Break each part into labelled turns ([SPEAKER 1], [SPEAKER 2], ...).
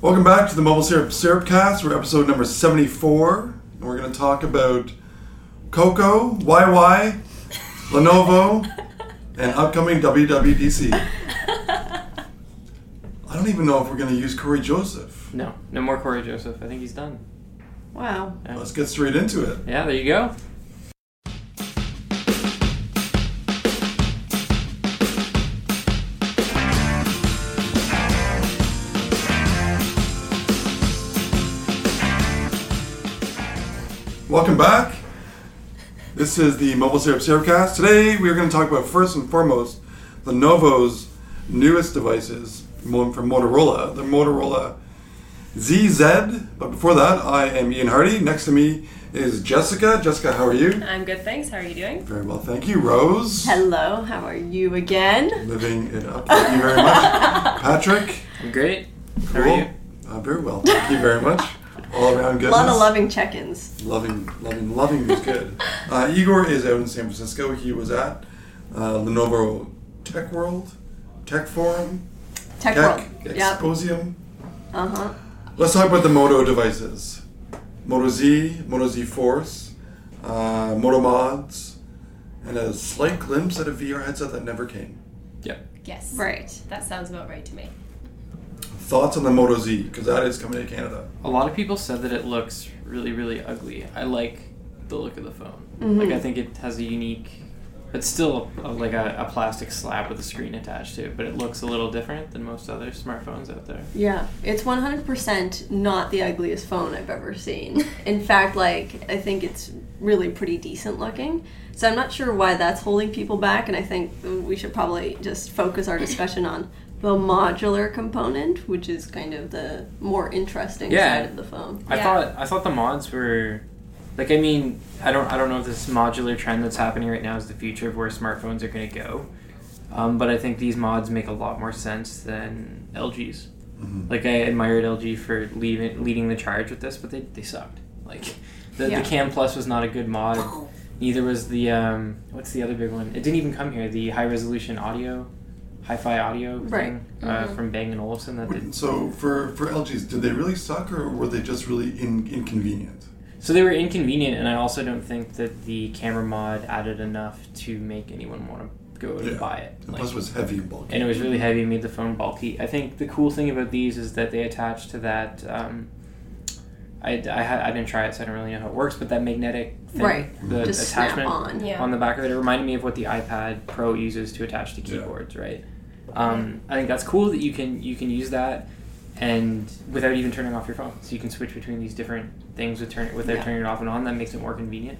[SPEAKER 1] Welcome back to the Mobile Syrup Syrupcast. We're episode number 74, and we're going to talk about Coco, YY, Lenovo, and upcoming WWDC. I don't even know if we're going to use Corey Joseph.
[SPEAKER 2] No, no more Corey Joseph. I think he's done.
[SPEAKER 3] Wow.
[SPEAKER 1] Let's get straight into it.
[SPEAKER 2] Yeah, there you go.
[SPEAKER 1] Welcome back. This is the Mobile Syrup Syrupcast. Today we are going to talk about first and foremost Lenovo's newest devices one from Motorola, the Motorola ZZ. But before that, I am Ian Hardy. Next to me is Jessica. Jessica, how are you?
[SPEAKER 3] I'm good, thanks. How are you doing?
[SPEAKER 1] Very well, thank you. Rose,
[SPEAKER 3] Hello, how are you again?
[SPEAKER 1] living it up. Thank you very much. Patrick,
[SPEAKER 2] I'm great. How are you?
[SPEAKER 1] Uh, very well. Thank you very much. All around
[SPEAKER 3] A
[SPEAKER 1] goodness.
[SPEAKER 3] lot of loving check ins.
[SPEAKER 1] loving, loving, loving is good. Uh, Igor is out in San Francisco. He was at uh, Lenovo Tech World, Tech Forum,
[SPEAKER 3] Tech
[SPEAKER 1] Tech
[SPEAKER 3] World. Yep.
[SPEAKER 1] Exposium.
[SPEAKER 3] Uh huh.
[SPEAKER 1] Let's talk about the Moto devices Moto Z, Moto Z Force, uh, Moto Mods, and a slight glimpse at a VR headset that never came.
[SPEAKER 2] Yep.
[SPEAKER 4] Yes.
[SPEAKER 3] Right.
[SPEAKER 4] That sounds about right to me.
[SPEAKER 1] Thoughts on the Moto Z? Because that is coming to Canada.
[SPEAKER 2] A lot of people said that it looks really, really ugly. I like the look of the phone. Like I think it has a unique. It's still a, like a, a plastic slab with a screen attached to it, but it looks a little different than most other smartphones out there.
[SPEAKER 3] Yeah. It's 100% not the ugliest phone I've ever seen. In fact, like, I think it's really pretty decent looking. So I'm not sure why that's holding people back, and I think we should probably just focus our discussion on the modular component, which is kind of the more interesting
[SPEAKER 2] Yeah.
[SPEAKER 3] side of the phone.
[SPEAKER 2] I
[SPEAKER 4] Yeah.
[SPEAKER 2] thought I thought the mods were like I mean I don't I don't know if this modular trend that's happening right now is the future of where smartphones are going to go, um, but I think these mods make a lot more sense than LG's. Like I admired LG for leaving leading the charge with this, but they, they sucked. Like the,
[SPEAKER 3] Yeah.
[SPEAKER 2] the Cam Plus was not a good mod. Neither was the um, what's the other big one? It didn't even come here. The high resolution audio, hi-fi audio
[SPEAKER 3] Right. Mm-hmm.
[SPEAKER 2] thing uh, from Bang and Olufsen that did
[SPEAKER 1] So for, for LGs, did they really suck or were they just really in, inconvenient?
[SPEAKER 2] So they were inconvenient, and I also don't think that the camera mod added enough to make anyone want to go and
[SPEAKER 1] Yeah.
[SPEAKER 2] buy it.
[SPEAKER 1] And
[SPEAKER 2] Like-
[SPEAKER 1] plus, it was heavy and bulky.
[SPEAKER 2] and it was really heavy, made the phone bulky. I think the cool thing about these is that they attach to that. Um, I, I, ha- I didn't try it, so I don't really know how it works, but that magnetic thing,
[SPEAKER 3] Right.
[SPEAKER 2] the
[SPEAKER 3] Just snap
[SPEAKER 2] attachment
[SPEAKER 3] on.
[SPEAKER 4] Yeah.
[SPEAKER 2] on the back of it, it reminded me of what the iPad Pro uses to attach to
[SPEAKER 1] Yeah.
[SPEAKER 2] keyboards, right? Um, I think that's cool that you can you can use that, and without even turning off your phone, so you can switch between these different things with turn without
[SPEAKER 3] Yeah.
[SPEAKER 2] turning it off and on. That makes it more convenient.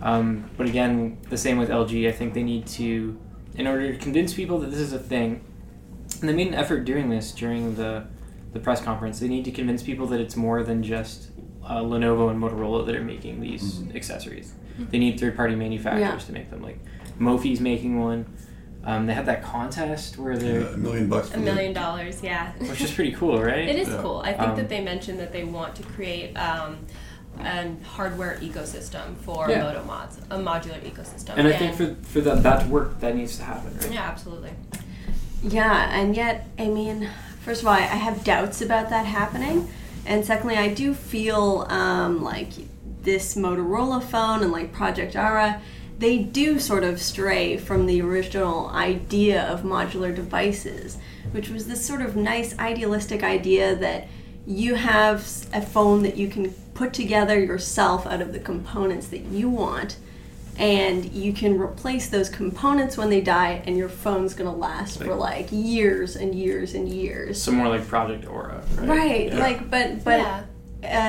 [SPEAKER 2] Um, but again, the same with LG. I think they need to, in order to convince people that this is a thing, and they made an effort doing this during the the press conference. They need to convince people that it's more than just uh, Lenovo and Motorola that are making these accessories. They need third party manufacturers
[SPEAKER 3] Yeah.
[SPEAKER 2] to make them. Like Mophie's making one. Um, they had that contest where they,
[SPEAKER 1] Yeah, a million bucks.
[SPEAKER 4] A million dollars, yeah.
[SPEAKER 2] which is pretty cool, right?
[SPEAKER 4] It is
[SPEAKER 1] Yeah.
[SPEAKER 4] cool. I think
[SPEAKER 2] Um,
[SPEAKER 4] that they mentioned that they want to create um, an hardware ecosystem for
[SPEAKER 2] Yeah.
[SPEAKER 4] Moto mods, a modular ecosystem.
[SPEAKER 2] And I think for for that that to work, that needs to happen, right?
[SPEAKER 4] yeah, absolutely.
[SPEAKER 3] Yeah, and yet, I mean, first of all, I I have doubts about that happening. And secondly, I do feel um, like this Motorola phone and like Project Ara, they do sort of stray from the original idea of modular devices, which was this sort of nice idealistic idea that you have s- a phone that you can put together yourself out of the components that you want and you can replace those components when they die and your phone's going to last for like years and years and years
[SPEAKER 2] So more like Project Aura, right?
[SPEAKER 3] right like but but
[SPEAKER 4] yeah.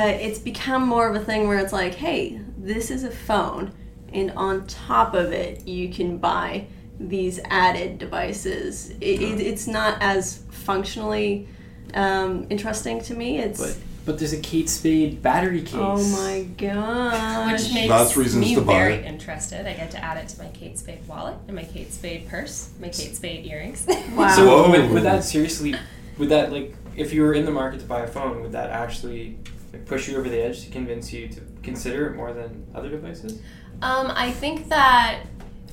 [SPEAKER 3] uh, it's become more of a thing where it's like hey this is a phone and on top of it you can buy these added devices. It, it, it's not as functionally um, interesting to me. It's
[SPEAKER 2] But but there's a Kate Spade battery case.
[SPEAKER 3] oh my gosh.
[SPEAKER 4] Which makes
[SPEAKER 1] That's reasons
[SPEAKER 4] me
[SPEAKER 1] to buy
[SPEAKER 4] very
[SPEAKER 1] it.
[SPEAKER 4] interested. I get to add it to my Kate Spade wallet and my Kate Spade purse, my Kate Spade earrings.
[SPEAKER 3] Wow.
[SPEAKER 2] So
[SPEAKER 1] Whoa.
[SPEAKER 2] would, would that seriously? Would that like if you were in the market to buy a phone, would that actually like, push you over the edge to convince you to consider it more than other devices?
[SPEAKER 4] Um, I think that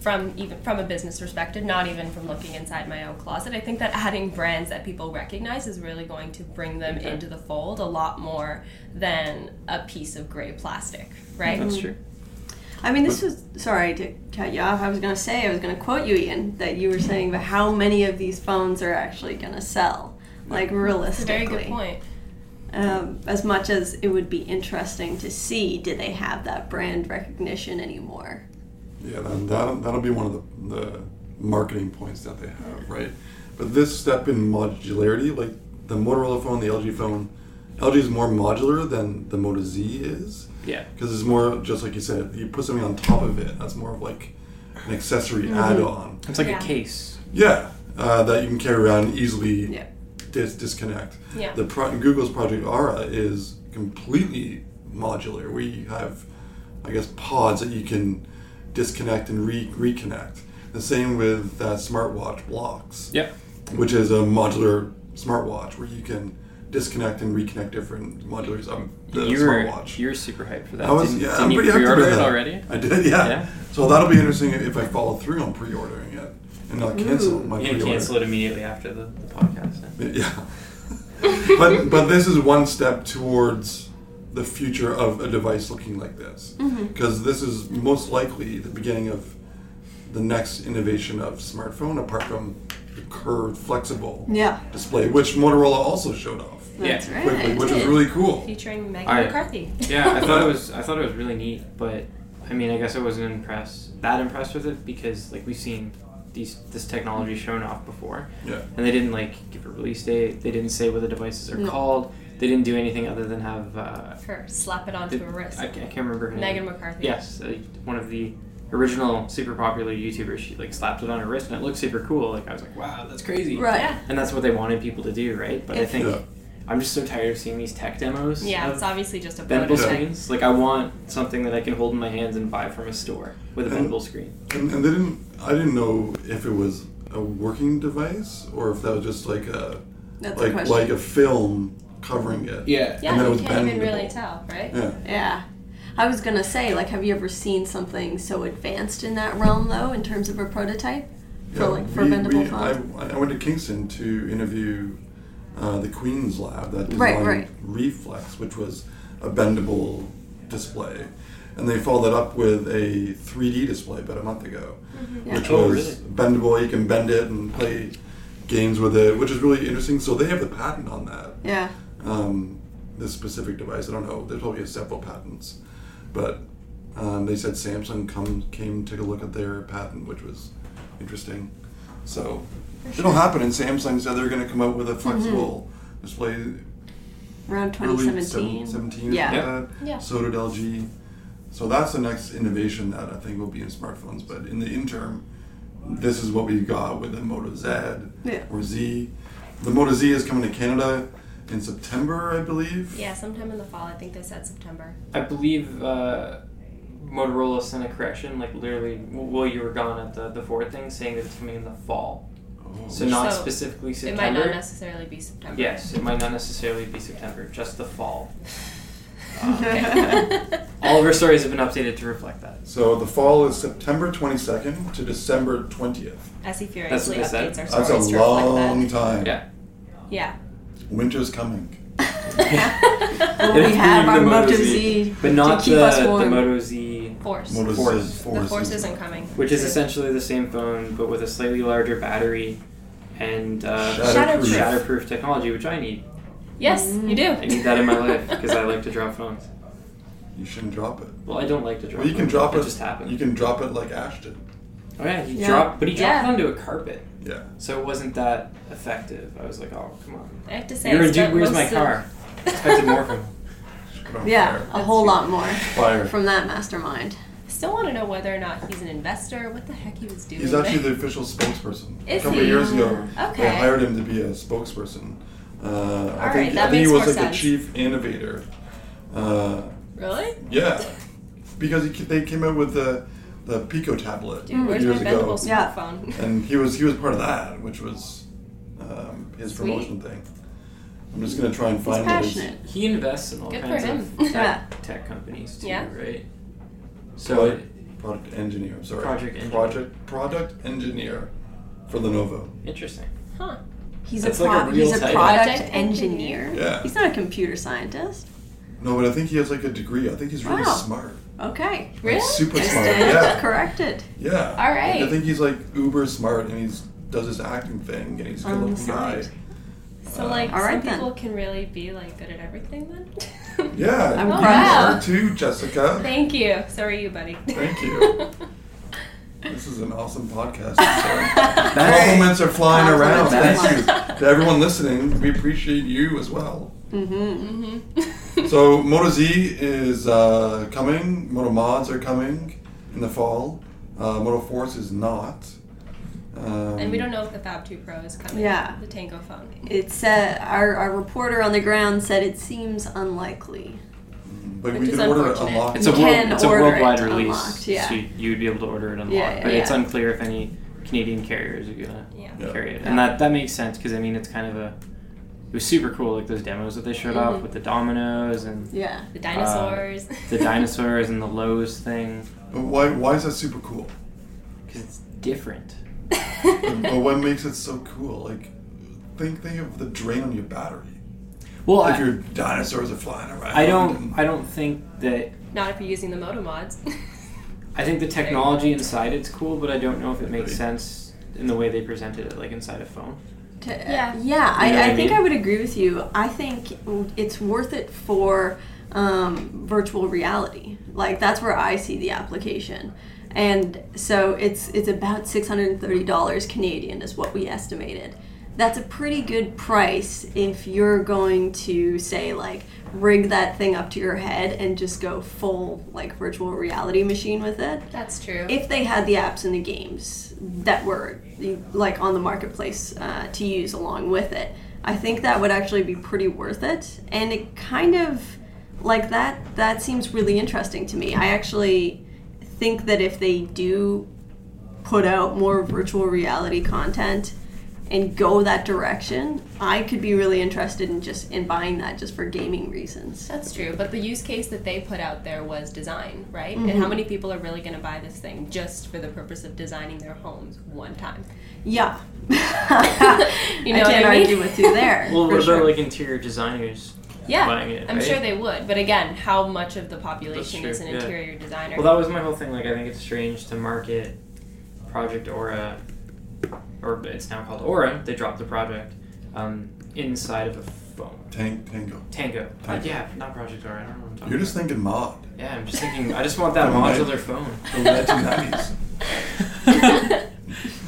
[SPEAKER 4] from even from a business perspective, not even from looking inside my own closet, I think that adding brands that people recognize is really going to bring them
[SPEAKER 2] Okay.
[SPEAKER 4] into the fold a lot more than a piece of gray plastic, right?
[SPEAKER 1] Mm.
[SPEAKER 2] That's true.
[SPEAKER 3] I mean, this was sorry to cut you off. I was going to say I was going to quote you, Ian, that you were saying about how many of these phones are actually going to sell, like
[SPEAKER 4] That's a
[SPEAKER 3] realistically.
[SPEAKER 4] very good point.
[SPEAKER 3] Um, as much as it would be interesting to see, do they have that brand recognition anymore?
[SPEAKER 1] Yeah, then that'll, that'll be one of the, the marketing points that they have, right? But this step in modularity, like the Motorola phone, the LG phone, LG is more modular than the Moto Z is
[SPEAKER 2] Yeah.
[SPEAKER 1] because it's more just like you said, you put something on top of it. That's more of like an accessory
[SPEAKER 4] Mm-hmm.
[SPEAKER 1] add-on.
[SPEAKER 2] It's like
[SPEAKER 4] Yeah.
[SPEAKER 2] a case.
[SPEAKER 1] Yeah, uh, that you can carry around and easily
[SPEAKER 3] Yeah.
[SPEAKER 1] dis- disconnect.
[SPEAKER 4] Yeah.
[SPEAKER 1] The pro- Google's Project Aura is completely modular. We have, I guess, pods that you can disconnect and re- reconnect. The same with uh, smartwatch blocks,
[SPEAKER 2] Yep.
[SPEAKER 1] which is a modular smartwatch where you can disconnect and reconnect different modulars of the
[SPEAKER 2] you were
[SPEAKER 1] smartwatch.
[SPEAKER 2] you were super hyped for that.
[SPEAKER 1] I was,
[SPEAKER 2] didn't,
[SPEAKER 1] yeah,
[SPEAKER 2] didn't
[SPEAKER 1] I'm
[SPEAKER 2] you
[SPEAKER 1] pretty happy
[SPEAKER 2] pre-order
[SPEAKER 1] about
[SPEAKER 2] it
[SPEAKER 1] that.
[SPEAKER 2] already?
[SPEAKER 1] I did, yeah.
[SPEAKER 2] Yeah.
[SPEAKER 1] So that'll be interesting if I follow through on pre-ordering it and not cancel
[SPEAKER 3] Ooh.
[SPEAKER 1] my
[SPEAKER 2] You
[SPEAKER 1] pre-order.
[SPEAKER 2] can cancel it immediately after the, the podcast. then.
[SPEAKER 1] Yeah. but but this is one step towards the future of a device looking like this.
[SPEAKER 4] Mm-hmm.
[SPEAKER 1] Because this is most likely the beginning of the next innovation of smartphone apart from the curved flexible
[SPEAKER 3] Yeah,
[SPEAKER 1] display which Motorola also showed off
[SPEAKER 3] that's
[SPEAKER 2] Yeah.
[SPEAKER 3] right.
[SPEAKER 1] quickly, which is really cool.
[SPEAKER 4] Featuring Megan
[SPEAKER 2] I-
[SPEAKER 4] McCarthy.
[SPEAKER 2] yeah, I thought it was I thought it was really neat, but I mean, I guess I wasn't impressed that impressed with it because like we've seen these this technology shown off before,
[SPEAKER 1] Yeah.
[SPEAKER 2] and they didn't like give a release date. They didn't say what the devices are
[SPEAKER 3] No.
[SPEAKER 2] called. They didn't do anything other than have uh,
[SPEAKER 4] Her slap it onto
[SPEAKER 2] did-
[SPEAKER 4] her wrist.
[SPEAKER 2] I, ca- I can't remember her
[SPEAKER 4] Megan
[SPEAKER 2] name.
[SPEAKER 4] McCarthy.
[SPEAKER 2] Yes, uh, one of the original super popular YouTubers. She like slapped it on her wrist and it looked super cool. Like I was like, wow, that's crazy.
[SPEAKER 3] Right.
[SPEAKER 4] Yeah.
[SPEAKER 2] And that's what they wanted people to do, right? But I
[SPEAKER 4] If-
[SPEAKER 2] think
[SPEAKER 1] Yeah.
[SPEAKER 2] I'm just so tired of seeing these tech demos.
[SPEAKER 4] Yeah,
[SPEAKER 2] of
[SPEAKER 4] it's obviously just a
[SPEAKER 2] bendable
[SPEAKER 1] Yeah.
[SPEAKER 4] prototype.
[SPEAKER 2] screens. Like I want something that I can hold in my hands and buy from a store with a
[SPEAKER 1] And-
[SPEAKER 2] bendable screen.
[SPEAKER 1] And, and they didn't I didn't know if it was a working device or if that was just like a
[SPEAKER 3] That's a
[SPEAKER 1] like
[SPEAKER 3] question.
[SPEAKER 1] like a film covering it.
[SPEAKER 2] Yeah.
[SPEAKER 4] Yeah,
[SPEAKER 1] And then it
[SPEAKER 4] you
[SPEAKER 1] was
[SPEAKER 4] can't even
[SPEAKER 1] bendable.
[SPEAKER 4] really tell, right?
[SPEAKER 1] Yeah.
[SPEAKER 3] yeah. I was going to say, like, have you ever seen something so advanced in that realm, though, in terms of a prototype? For, like, for
[SPEAKER 1] we-
[SPEAKER 3] bendable
[SPEAKER 1] we-
[SPEAKER 3] phones?
[SPEAKER 1] I, I went to Kingston to interview uh, the Queen's Lab that designed
[SPEAKER 3] Right, right.
[SPEAKER 1] Reflex, which was a bendable display, and they followed that up with a 3D display about a month ago,
[SPEAKER 3] Yeah.
[SPEAKER 1] which
[SPEAKER 2] Oh,
[SPEAKER 1] was bendable. You can bend it and play games with it, which is really interesting. So they have the patent on that.
[SPEAKER 3] Yeah.
[SPEAKER 1] Um, this specific device, I don't know. There's probably several patents, but. Um, they said Samsung come came took a look at their patent, which was interesting. So it'll happen. And Samsung said they're going to come out with a flexible display
[SPEAKER 3] Around
[SPEAKER 1] early
[SPEAKER 3] 2017.
[SPEAKER 1] 17
[SPEAKER 3] yeah.
[SPEAKER 2] Yeah.
[SPEAKER 1] Like that.
[SPEAKER 4] Yeah.
[SPEAKER 1] So did LG. So that's the next innovation that I think will be in smartphones. But in the interim, this is what we got with the Moto Z
[SPEAKER 3] Yeah.
[SPEAKER 1] or Z. The Moto Z is coming to Canada in September, I believe.
[SPEAKER 4] Yeah, sometime in the fall. I think they said September.
[SPEAKER 2] I believe uh, Motorola sent a correction, like literally w- while you were gone at the, the Ford thing, saying that it's coming in the fall.
[SPEAKER 1] Oh.
[SPEAKER 2] So not
[SPEAKER 4] So,
[SPEAKER 2] specifically
[SPEAKER 4] It might
[SPEAKER 2] September.
[SPEAKER 4] not necessarily be September.
[SPEAKER 2] yes, it might not necessarily be September, just the fall.
[SPEAKER 4] Okay.
[SPEAKER 2] All of our stories have been updated to reflect that.
[SPEAKER 1] So the fall is September 22nd to December 20th.
[SPEAKER 4] As he furiously
[SPEAKER 2] That's what they
[SPEAKER 4] updates
[SPEAKER 1] That's
[SPEAKER 4] our
[SPEAKER 1] a
[SPEAKER 4] stories to reflect
[SPEAKER 1] long time.
[SPEAKER 2] Yeah.
[SPEAKER 4] that. Yeah.
[SPEAKER 1] Winter's coming.
[SPEAKER 3] Well,
[SPEAKER 2] If
[SPEAKER 3] we have
[SPEAKER 2] need
[SPEAKER 3] our
[SPEAKER 2] the
[SPEAKER 3] Moto Z,
[SPEAKER 2] but not
[SPEAKER 3] to keep
[SPEAKER 2] the,
[SPEAKER 3] us warm.
[SPEAKER 2] the Moto Z,
[SPEAKER 4] Force.
[SPEAKER 1] Moto Z
[SPEAKER 2] Force.
[SPEAKER 1] is
[SPEAKER 4] The force
[SPEAKER 1] is-
[SPEAKER 4] isn't coming.
[SPEAKER 2] which is essentially the same phone but with a slightly larger battery and uh,
[SPEAKER 1] Shatterproof.
[SPEAKER 2] shatterproof technology, which I need.
[SPEAKER 4] Yes, you do.
[SPEAKER 2] I need that in my life because I like to drop phones.
[SPEAKER 1] You shouldn't drop it.
[SPEAKER 2] Well, I don't like to drop.
[SPEAKER 1] Well, you can
[SPEAKER 2] phones.
[SPEAKER 1] drop it.
[SPEAKER 2] It just happened.
[SPEAKER 1] You can drop it like Ashton.
[SPEAKER 2] oh yeah, he
[SPEAKER 3] Yeah.
[SPEAKER 2] dropped, but he dropped
[SPEAKER 4] Yeah.
[SPEAKER 2] it onto a carpet,
[SPEAKER 1] Yeah.
[SPEAKER 2] so it wasn't that effective. I was like, oh come on.
[SPEAKER 4] I have to say,
[SPEAKER 2] You're
[SPEAKER 4] I
[SPEAKER 2] a dude.
[SPEAKER 4] spent
[SPEAKER 2] Where's my
[SPEAKER 4] most
[SPEAKER 2] car?
[SPEAKER 4] of-
[SPEAKER 2] Expected more from. him.
[SPEAKER 1] Put on
[SPEAKER 3] Yeah,
[SPEAKER 1] fire.
[SPEAKER 3] a whole lot more
[SPEAKER 1] Fire.
[SPEAKER 3] from that mastermind.
[SPEAKER 4] still want to know whether or not he's an investor, what the heck he was doing.
[SPEAKER 1] He's actually the official spokesperson.
[SPEAKER 4] Is
[SPEAKER 1] a couple
[SPEAKER 4] he?
[SPEAKER 1] of years ago,
[SPEAKER 4] Okay.
[SPEAKER 1] they hired him to be a spokesperson. Uh, I
[SPEAKER 4] All
[SPEAKER 1] think
[SPEAKER 4] right,
[SPEAKER 1] I
[SPEAKER 4] that
[SPEAKER 1] think
[SPEAKER 4] makes
[SPEAKER 1] he was
[SPEAKER 4] more
[SPEAKER 1] like
[SPEAKER 4] sense.
[SPEAKER 1] the chief innovator. Uh,
[SPEAKER 4] really?
[SPEAKER 1] yeah, because he, ca- they came out with the the Pico tablet
[SPEAKER 2] Hmm.
[SPEAKER 4] Dude, where's my
[SPEAKER 1] years
[SPEAKER 4] bendable
[SPEAKER 1] ago,
[SPEAKER 4] smartphone?
[SPEAKER 3] Yeah.
[SPEAKER 1] and he was he was part of that, which was um, his
[SPEAKER 4] Sweet.
[SPEAKER 1] promotion thing. I'm just gonna try and
[SPEAKER 3] He's
[SPEAKER 1] find what his-
[SPEAKER 3] passionate.
[SPEAKER 2] He invests in all
[SPEAKER 4] Good for
[SPEAKER 2] kinds
[SPEAKER 4] him.
[SPEAKER 2] of tech,
[SPEAKER 3] Yeah.
[SPEAKER 2] tech companies too,
[SPEAKER 4] Yeah.
[SPEAKER 2] right? So
[SPEAKER 1] product,
[SPEAKER 2] it,
[SPEAKER 1] product engineer. I'm sorry,
[SPEAKER 2] Project engineer.
[SPEAKER 1] project product engineer for Lenovo.
[SPEAKER 2] interesting.
[SPEAKER 4] Huh.
[SPEAKER 3] He's
[SPEAKER 2] That's
[SPEAKER 3] a, pro-
[SPEAKER 2] like a real
[SPEAKER 3] he's a
[SPEAKER 2] title.
[SPEAKER 3] product
[SPEAKER 4] Project
[SPEAKER 3] engineer.
[SPEAKER 1] Yeah.
[SPEAKER 3] He's not a computer scientist.
[SPEAKER 1] No, but I think he has like a degree. I think he's really
[SPEAKER 3] Wow.
[SPEAKER 1] smart.
[SPEAKER 3] Okay. uh,
[SPEAKER 4] Really?
[SPEAKER 1] Super smart.
[SPEAKER 3] Stand
[SPEAKER 1] Yeah.
[SPEAKER 3] corrected.
[SPEAKER 1] Yeah.
[SPEAKER 4] All right.
[SPEAKER 1] Like, I think he's like uber smart and he's does his acting thing and he's a
[SPEAKER 3] On
[SPEAKER 1] good
[SPEAKER 3] the
[SPEAKER 1] looking guy.
[SPEAKER 3] side.
[SPEAKER 4] So like,
[SPEAKER 3] All right,
[SPEAKER 4] some
[SPEAKER 3] then.
[SPEAKER 4] people can really be like good at everything then.
[SPEAKER 1] Yeah.
[SPEAKER 3] I'm
[SPEAKER 1] you
[SPEAKER 3] proud.
[SPEAKER 1] are too, Jessica.
[SPEAKER 4] Thank you. So are you, buddy.
[SPEAKER 1] Thank you. This is an awesome podcast. So Compliments are flying around.
[SPEAKER 3] Compliments are
[SPEAKER 1] Thank you to everyone listening. We appreciate you as well.
[SPEAKER 4] mm-hmm.
[SPEAKER 1] So Moto Z is uh, coming. Moto Mods are coming in the fall. Uh, Moto Force is not. Um,
[SPEAKER 4] and we don't know if the Fab Two Pro is coming.
[SPEAKER 3] Yeah.
[SPEAKER 4] The Tango phone.
[SPEAKER 3] It said uh, our, our reporter on the ground said it seems unlikely.
[SPEAKER 1] But
[SPEAKER 4] Which
[SPEAKER 1] we
[SPEAKER 4] is
[SPEAKER 1] can order it
[SPEAKER 4] unfortunate.
[SPEAKER 1] unlocked.
[SPEAKER 2] It's
[SPEAKER 3] You
[SPEAKER 2] a world,
[SPEAKER 3] can
[SPEAKER 2] it's a
[SPEAKER 3] order
[SPEAKER 2] worldwide
[SPEAKER 3] it
[SPEAKER 2] release.
[SPEAKER 3] unlocked, yeah.
[SPEAKER 2] So you, you would be able to order it unlocked,
[SPEAKER 3] Yeah, yeah,
[SPEAKER 2] but it's
[SPEAKER 3] yeah.
[SPEAKER 2] unclear if any Canadian carriers are gonna
[SPEAKER 4] Yeah.
[SPEAKER 1] Yeah.
[SPEAKER 2] carry it, and that that makes sense because I mean it's kind of a it was super cool like those demos that they showed off
[SPEAKER 3] Mm-hmm.
[SPEAKER 4] Mhm.
[SPEAKER 2] with the dominoes and
[SPEAKER 3] Yeah.
[SPEAKER 4] The dinosaurs.
[SPEAKER 2] Uh, the dinosaurs and the Lowe's thing
[SPEAKER 1] But why, why is that super cool?
[SPEAKER 2] because it's different.
[SPEAKER 1] but what makes it so cool? Like, think think of the drain on your battery.
[SPEAKER 2] Well,
[SPEAKER 1] If
[SPEAKER 2] I,
[SPEAKER 1] your dinosaurs are flying around.
[SPEAKER 2] I don't
[SPEAKER 1] and-
[SPEAKER 2] I don't think that
[SPEAKER 4] Not if you're using the Moto mods.
[SPEAKER 2] I think the technology inside it's cool, but I don't know if it makes
[SPEAKER 1] Agreed.
[SPEAKER 2] sense in the way they presented it, like inside a phone.
[SPEAKER 3] To,
[SPEAKER 4] Yeah.
[SPEAKER 3] Yeah, I,
[SPEAKER 2] You know what
[SPEAKER 3] I
[SPEAKER 2] I
[SPEAKER 3] think
[SPEAKER 2] mean?
[SPEAKER 3] I would agree with you. I think it's worth it for um, virtual reality. Like that's where I see the application. And so it's it's about six hundred and thirty dollars Canadian is what we estimated. That's a pretty good price if you're going to say like rig that thing up to your head and just go full like virtual reality machine with it
[SPEAKER 4] That's true.
[SPEAKER 3] if they had the apps and the games that were like on the marketplace uh, to use along with it i think that would actually be pretty worth it and it kind of like that that seems really interesting to me i actually think that if they do put out more virtual reality content and go that direction i could be really interested in just in buying that just for gaming reasons
[SPEAKER 4] That's true, but the use case that they put out there was design, right? And
[SPEAKER 2] Mm-hmm.
[SPEAKER 4] how many people are really going to buy this thing just for the purpose of designing their homes one time?
[SPEAKER 3] yeah
[SPEAKER 4] You know
[SPEAKER 3] i
[SPEAKER 4] what
[SPEAKER 3] can't
[SPEAKER 4] I mean?
[SPEAKER 3] argue with you there
[SPEAKER 2] Well, what
[SPEAKER 3] for
[SPEAKER 2] about
[SPEAKER 3] sure.
[SPEAKER 2] like interior designers?
[SPEAKER 4] Yeah,
[SPEAKER 2] Buying it,
[SPEAKER 4] I'm
[SPEAKER 2] right?
[SPEAKER 4] sure they would. But again, how much of the population
[SPEAKER 2] true,
[SPEAKER 4] is an
[SPEAKER 2] yeah.
[SPEAKER 4] interior designer?
[SPEAKER 2] Well, that was my whole thing. Like, I think it's strange to market Project Aura, or it's now called Aura. They dropped the project um, inside of a phone.
[SPEAKER 1] Tank, tango.
[SPEAKER 2] Tango. Uh,
[SPEAKER 1] Tango.
[SPEAKER 2] yeah, not Project Aura. I don't know what I'm talking
[SPEAKER 1] You're just
[SPEAKER 2] about.
[SPEAKER 1] thinking mod.
[SPEAKER 2] yeah, I'm just thinking. I just want that
[SPEAKER 1] Come on,
[SPEAKER 2] modular phone.
[SPEAKER 1] The late 90s.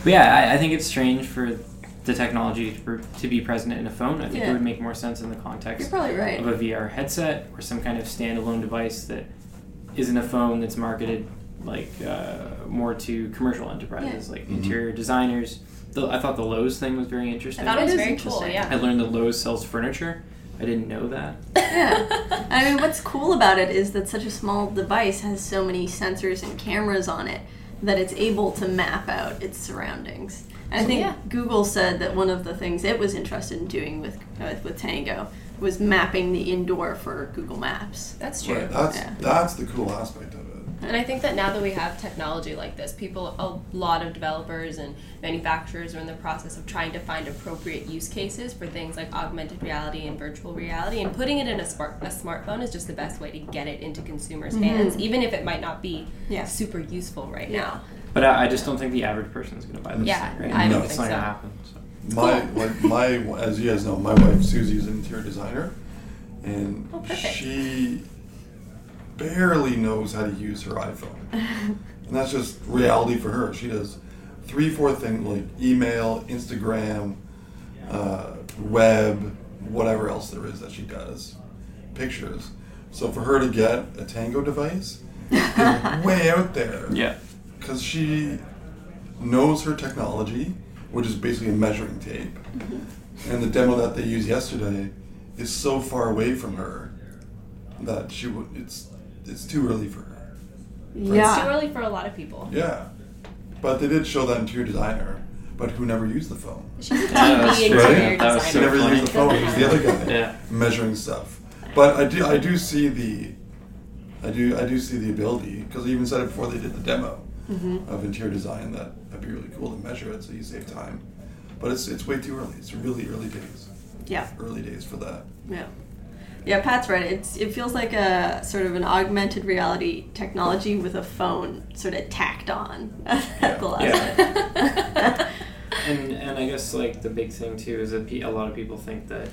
[SPEAKER 2] But yeah, I, I think it's strange for the technology to, pre- to be present in a phone. I think
[SPEAKER 3] Yeah.
[SPEAKER 2] it would make more sense in the
[SPEAKER 3] you're
[SPEAKER 2] context
[SPEAKER 3] probably right
[SPEAKER 2] of a VR headset or some kind of standalone device that isn't a phone that's marketed like uh, more to commercial enterprises, like interior designers. The, I thought the Lowe's thing was very
[SPEAKER 4] I
[SPEAKER 2] interesting.
[SPEAKER 4] thought it
[SPEAKER 3] That
[SPEAKER 4] was
[SPEAKER 3] is
[SPEAKER 4] very cool.
[SPEAKER 3] interesting.
[SPEAKER 2] I
[SPEAKER 4] Yeah.
[SPEAKER 2] learned that Lowe's sells furniture. I didn't know that.
[SPEAKER 3] Yeah. I mean, what's cool about it is that such a small device has so many sensors and cameras on it that it's able to map out its surroundings. And I think
[SPEAKER 4] Yeah.
[SPEAKER 3] Google said that one of the things it was interested in doing with uh, with, with Tango was mapping the indoor for Google Maps.
[SPEAKER 4] That's true.
[SPEAKER 1] Right, that's,
[SPEAKER 3] Yeah.
[SPEAKER 1] that's the cool aspect of it.
[SPEAKER 4] And I think that now that we have technology like this, people, a lot of developers and manufacturers are in the process of trying to find appropriate use cases for things like augmented reality and virtual reality. And putting it in a, smart, a smartphone is just the best way to get it into consumers' hands, even if it might not be
[SPEAKER 3] Yeah.
[SPEAKER 4] super useful right now.
[SPEAKER 2] But I, I just don't think the average person is going to buy this
[SPEAKER 4] Yeah,
[SPEAKER 2] thing, right?
[SPEAKER 4] I
[SPEAKER 1] don't
[SPEAKER 2] it's
[SPEAKER 4] think
[SPEAKER 2] not going
[SPEAKER 4] so.
[SPEAKER 2] to happen. So.
[SPEAKER 1] My,
[SPEAKER 4] cool.
[SPEAKER 1] like, my, as you guys know, my wife Susie is an interior designer, and
[SPEAKER 4] Oh, perfect.
[SPEAKER 1] she barely knows how to use her iPhone, and that's just reality for her. She does three, four things like email, Instagram, uh, web, whatever else there is that she does, pictures. So for her to get a Tango device is way out there.
[SPEAKER 2] Yeah.
[SPEAKER 1] because she knows her technology, which is basically a measuring tape. And the demo that they used yesterday is so far away from her that she would it's it's too early for her.
[SPEAKER 4] It's too
[SPEAKER 3] Yeah.
[SPEAKER 4] early for a lot of people.
[SPEAKER 1] Yeah, but they did show that interior designer, but who never used the phone.
[SPEAKER 4] She's a
[SPEAKER 2] Yeah,
[SPEAKER 4] TV
[SPEAKER 2] that's true.
[SPEAKER 4] interior
[SPEAKER 2] That was
[SPEAKER 1] She
[SPEAKER 4] designer.
[SPEAKER 1] never
[SPEAKER 2] funny.
[SPEAKER 1] used the phone. It was the other guy
[SPEAKER 2] Yeah.
[SPEAKER 1] measuring stuff. But I do I do see the. I do, I do see the ability because they even said it before they did the demo.
[SPEAKER 3] Mm-hmm.
[SPEAKER 1] of interior design that would be really cool to measure it so you save time. But it's, it's way too early. It's really early days.
[SPEAKER 3] Yeah.
[SPEAKER 1] Early days for that.
[SPEAKER 3] Yeah. Yeah, Pat's right. It's it feels like a sort of an augmented reality technology with a phone sort of tacked on at the last
[SPEAKER 4] Yeah.
[SPEAKER 2] And and I guess like the big thing too is that pe- a lot of people think that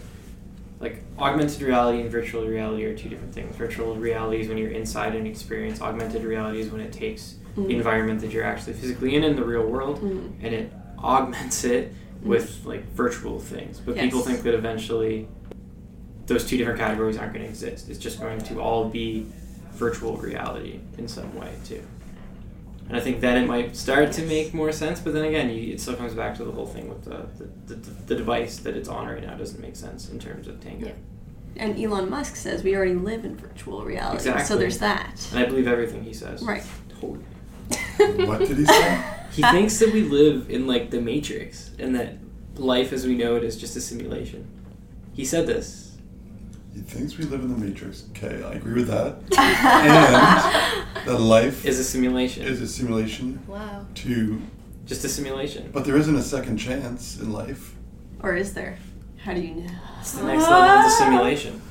[SPEAKER 2] like augmented reality and virtual reality are two different things. Virtual reality is when you're inside an experience. Augmented reality is when it takes the environment that you're actually physically in in the real world
[SPEAKER 3] Mm.
[SPEAKER 2] and it augments it with like virtual things. But people
[SPEAKER 3] Yes.
[SPEAKER 2] think that eventually those two different categories aren't going to exist. It's just going to all be virtual reality in some way too. And I think then it might start to
[SPEAKER 3] Yes.
[SPEAKER 2] make more sense, but then again, you, it still comes back to the whole thing with the, the, the, the device that it's on right now doesn't make sense in terms of Tango.
[SPEAKER 4] Yeah.
[SPEAKER 3] And Elon Musk says we already live in virtual reality. So
[SPEAKER 2] Exactly.
[SPEAKER 3] there's that.
[SPEAKER 2] And I believe everything he says.
[SPEAKER 3] Right. Ah.
[SPEAKER 2] Totally.
[SPEAKER 1] What did he say?
[SPEAKER 2] He thinks that we live in like the Matrix and that life as we know it is just a simulation. He said this.
[SPEAKER 1] He thinks we live in the Matrix. Okay, I agree with that. and that life
[SPEAKER 2] Is a simulation.
[SPEAKER 1] is a simulation
[SPEAKER 4] Wow.
[SPEAKER 1] to.
[SPEAKER 2] just a simulation.
[SPEAKER 1] But there isn't a second chance in life.
[SPEAKER 3] Or is there? How do you know?
[SPEAKER 2] It's the next level of the simulation.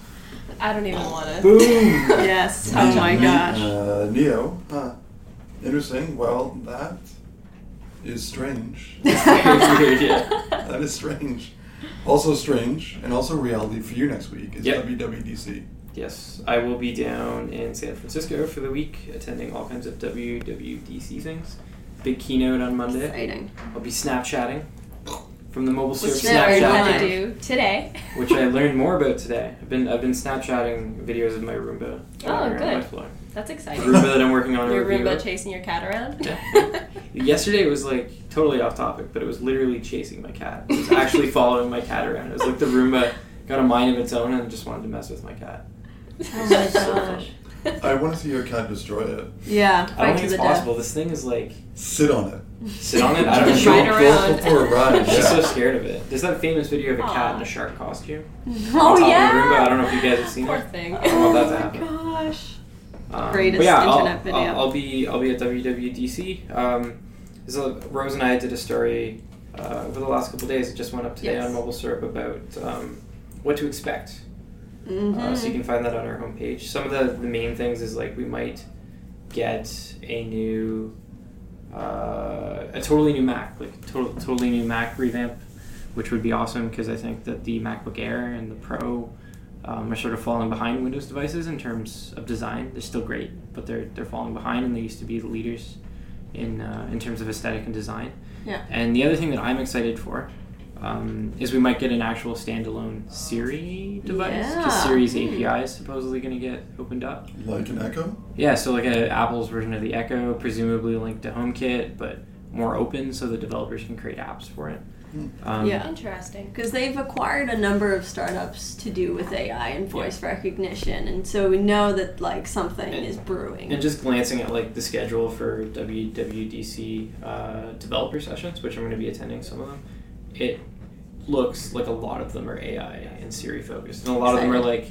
[SPEAKER 4] I don't even want to.
[SPEAKER 1] Boom!
[SPEAKER 3] Yes. Oh my
[SPEAKER 1] Ne-
[SPEAKER 3] gosh.
[SPEAKER 1] Uh, Neo. Huh. Interesting. Well, that is strange. That is strange. Also strange, and also reality for you next week is
[SPEAKER 2] Yep.
[SPEAKER 1] WWDC.
[SPEAKER 2] Yes, I will be down in San Francisco for the week, attending all kinds of WWDC things. Big keynote on Monday.
[SPEAKER 3] Exciting.
[SPEAKER 2] I'll be Snapchatting from the mobile
[SPEAKER 4] Which
[SPEAKER 2] search
[SPEAKER 4] is
[SPEAKER 3] Snapchat.
[SPEAKER 4] what we're
[SPEAKER 3] Snapchat.
[SPEAKER 4] going to
[SPEAKER 2] Snapchat,
[SPEAKER 4] do today.
[SPEAKER 2] which I learned more about today. I've been I've been Snapchatting videos of my Roomba.
[SPEAKER 4] Oh,
[SPEAKER 2] around
[SPEAKER 4] good.
[SPEAKER 2] my floor.
[SPEAKER 4] That's
[SPEAKER 2] The
[SPEAKER 4] exciting.
[SPEAKER 2] Roomba that I'm working on a
[SPEAKER 4] Your
[SPEAKER 2] review.
[SPEAKER 4] Roomba
[SPEAKER 2] of.
[SPEAKER 4] chasing your cat around.
[SPEAKER 2] Yeah. Yesterday was like totally off topic, but it was literally chasing my cat. It was actually following my cat around. It was like the Roomba got a mind of its own and just wanted to mess with my cat. my
[SPEAKER 3] Oh my
[SPEAKER 2] gosh.
[SPEAKER 3] gosh.
[SPEAKER 1] I want to see your cat destroy it.
[SPEAKER 2] I
[SPEAKER 3] Yeah.
[SPEAKER 2] don't
[SPEAKER 3] Fight to
[SPEAKER 2] think
[SPEAKER 3] the
[SPEAKER 2] it's
[SPEAKER 3] death.
[SPEAKER 2] possible. This thing is like
[SPEAKER 1] Sit on it.
[SPEAKER 2] sit on it. I don't
[SPEAKER 4] Just
[SPEAKER 2] know.
[SPEAKER 4] ride around.
[SPEAKER 1] Go for a ride.
[SPEAKER 2] She's
[SPEAKER 1] Yeah.
[SPEAKER 2] so scared of it. There's that famous video of a cat
[SPEAKER 4] Aw.
[SPEAKER 2] in a shark costume.
[SPEAKER 3] Oh
[SPEAKER 2] Top of the Roomba.
[SPEAKER 3] yeah.
[SPEAKER 2] I don't know if you guys have seen
[SPEAKER 4] Poor
[SPEAKER 2] it.
[SPEAKER 4] thing.
[SPEAKER 2] I don't want that to
[SPEAKER 3] Oh my
[SPEAKER 2] happen.
[SPEAKER 3] gosh.
[SPEAKER 2] Um,
[SPEAKER 3] Greatest
[SPEAKER 2] but yeah, I'll-
[SPEAKER 3] internet video.
[SPEAKER 2] I'll, I'll be I'll be at WWDC. Um, there's a, Rose and I did a story uh, over the last couple days. It just went up today
[SPEAKER 3] Yes.
[SPEAKER 2] on Mobile Syrup about um, what to expect. Uh, so you
[SPEAKER 3] Mm-hmm.
[SPEAKER 2] can find that on our homepage. Some of the, the main things is like we might get a new, uh, a totally new Mac, like total, totally new Mac revamp, which would be awesome because I think that the MacBook Air and the Pro um, are sort of falling behind Windows devices in terms of design. They're still great, but they're they're falling behind, and they used to be the leaders in uh, in terms of aesthetic and design.
[SPEAKER 3] Yeah.
[SPEAKER 2] And the other thing that I'm excited for um, is we might get an actual standalone Siri device. 'cause
[SPEAKER 3] Yeah.
[SPEAKER 2] Siri's
[SPEAKER 3] Hmm.
[SPEAKER 2] API is supposedly going to get opened up.
[SPEAKER 1] Like an echo?
[SPEAKER 2] Yeah, so like a, Apple's version of the Echo, presumably linked to HomeKit, but more open so the developers can create apps for it.
[SPEAKER 1] Hmm.
[SPEAKER 2] Um,
[SPEAKER 3] Yeah.
[SPEAKER 4] Interesting.
[SPEAKER 3] Because they've acquired a number of startups to do with AI and voice recognition, and so we know that like something
[SPEAKER 2] And-
[SPEAKER 3] is brewing.
[SPEAKER 2] And just glancing at like the schedule for WWDC uh, developer sessions, which I'm going to be attending some of them, it looks like a lot of them are AI and Siri focused, and a lot of them are like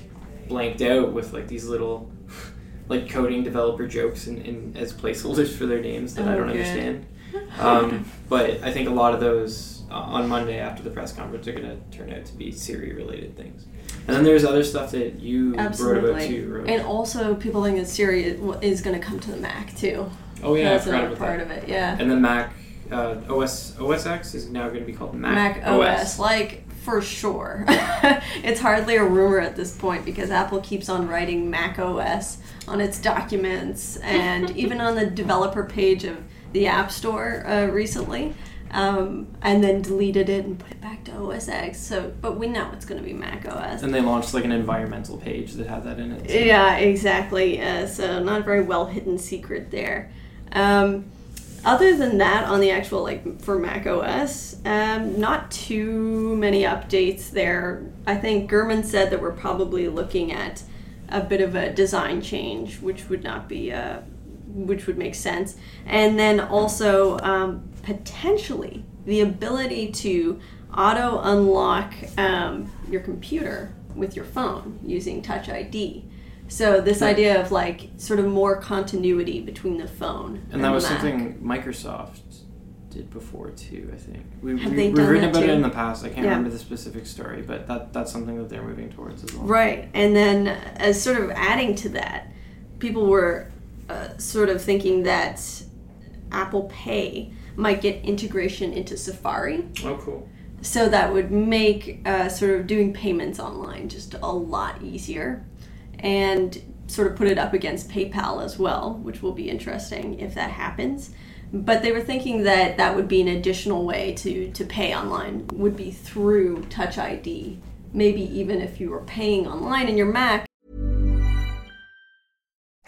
[SPEAKER 2] blanked out with like these little like coding developer jokes and, and as placeholders for their names that I
[SPEAKER 3] Oh,
[SPEAKER 2] don't
[SPEAKER 3] good.
[SPEAKER 2] understand. Um, but I think a lot of those uh, on Monday after the press conference are going to turn out to be Siri related things. And then there's other stuff that you wrote about
[SPEAKER 3] Absolutely.
[SPEAKER 2] too. Rose.
[SPEAKER 3] And also, people think that Siri is going to come to the Mac too.
[SPEAKER 2] oh yeah, I
[SPEAKER 3] that's
[SPEAKER 2] forgot
[SPEAKER 3] another
[SPEAKER 2] about
[SPEAKER 3] part
[SPEAKER 2] that.
[SPEAKER 3] of it. Yeah,
[SPEAKER 2] And the Mac uh, OS OS X is now going to be called Mac,
[SPEAKER 3] Mac OS, like for sure. it's hardly a rumor at this point because Apple keeps on writing Mac OS on its documents and even on the developer page of the App Store uh, recently. um, and then deleted it and put it back to OS X. So, but we know it's going to be Mac OS.
[SPEAKER 2] And they launched like an environmental page that had that in it. so-
[SPEAKER 3] Yeah, exactly. Uh, so not a very well hidden secret there. Um, other than that, on the actual like for Mac OS, um, not too many updates there. I think Gurman said that we're probably looking at a bit of a design change, which would not be uh, which would make sense, and then also um, potentially the ability to auto unlock um, your computer with your phone using Touch ID. So this idea of like sort of more continuity between the phone
[SPEAKER 2] And that was
[SPEAKER 3] the Mac.
[SPEAKER 2] something Microsoft did before too. I think we,
[SPEAKER 3] Have
[SPEAKER 2] we,
[SPEAKER 3] they
[SPEAKER 2] we've
[SPEAKER 3] done
[SPEAKER 2] written
[SPEAKER 3] that
[SPEAKER 2] about it
[SPEAKER 3] too?
[SPEAKER 2] in the past. I can't
[SPEAKER 3] Yeah.
[SPEAKER 2] remember the specific story, but that that's something that they're moving towards as well.
[SPEAKER 3] Right. And then, as sort of adding to that, people were uh, sort of thinking that Apple Pay might get integration into Safari.
[SPEAKER 2] Oh, cool.
[SPEAKER 3] So that would make uh, sort of doing payments online just a lot easier and sort of put it up against PayPal as well, which will be interesting if that happens. But they were thinking that that would be an additional way to, to pay online, would be through Touch ID. Maybe even if you were paying online in your Mac,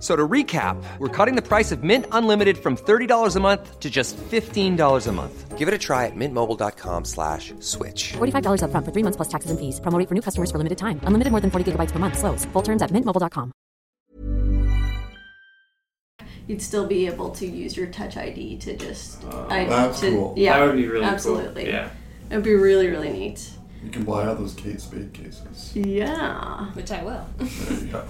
[SPEAKER 5] So to recap, we're cutting the price of Mint Unlimited from $30 a month to just $15 a month.
[SPEAKER 6] Give it a try at mintmobile.com slash switch.
[SPEAKER 7] $45 upfront for three months plus taxes and fees. Promoting for new customers for limited time. Unlimited more than 40 gigabytes per month. Slows. Full terms at mintmobile.com.
[SPEAKER 3] you'd still be able to use your Touch ID to just. I-
[SPEAKER 1] Oh, That's
[SPEAKER 3] to-
[SPEAKER 1] cool.
[SPEAKER 3] Yeah,
[SPEAKER 2] that would be really
[SPEAKER 3] absolutely.
[SPEAKER 2] Cool. Yeah.
[SPEAKER 3] It would be really, really neat.
[SPEAKER 1] You can buy all those Kate Spade cases.
[SPEAKER 3] Yeah.
[SPEAKER 4] which I will.
[SPEAKER 1] There you go.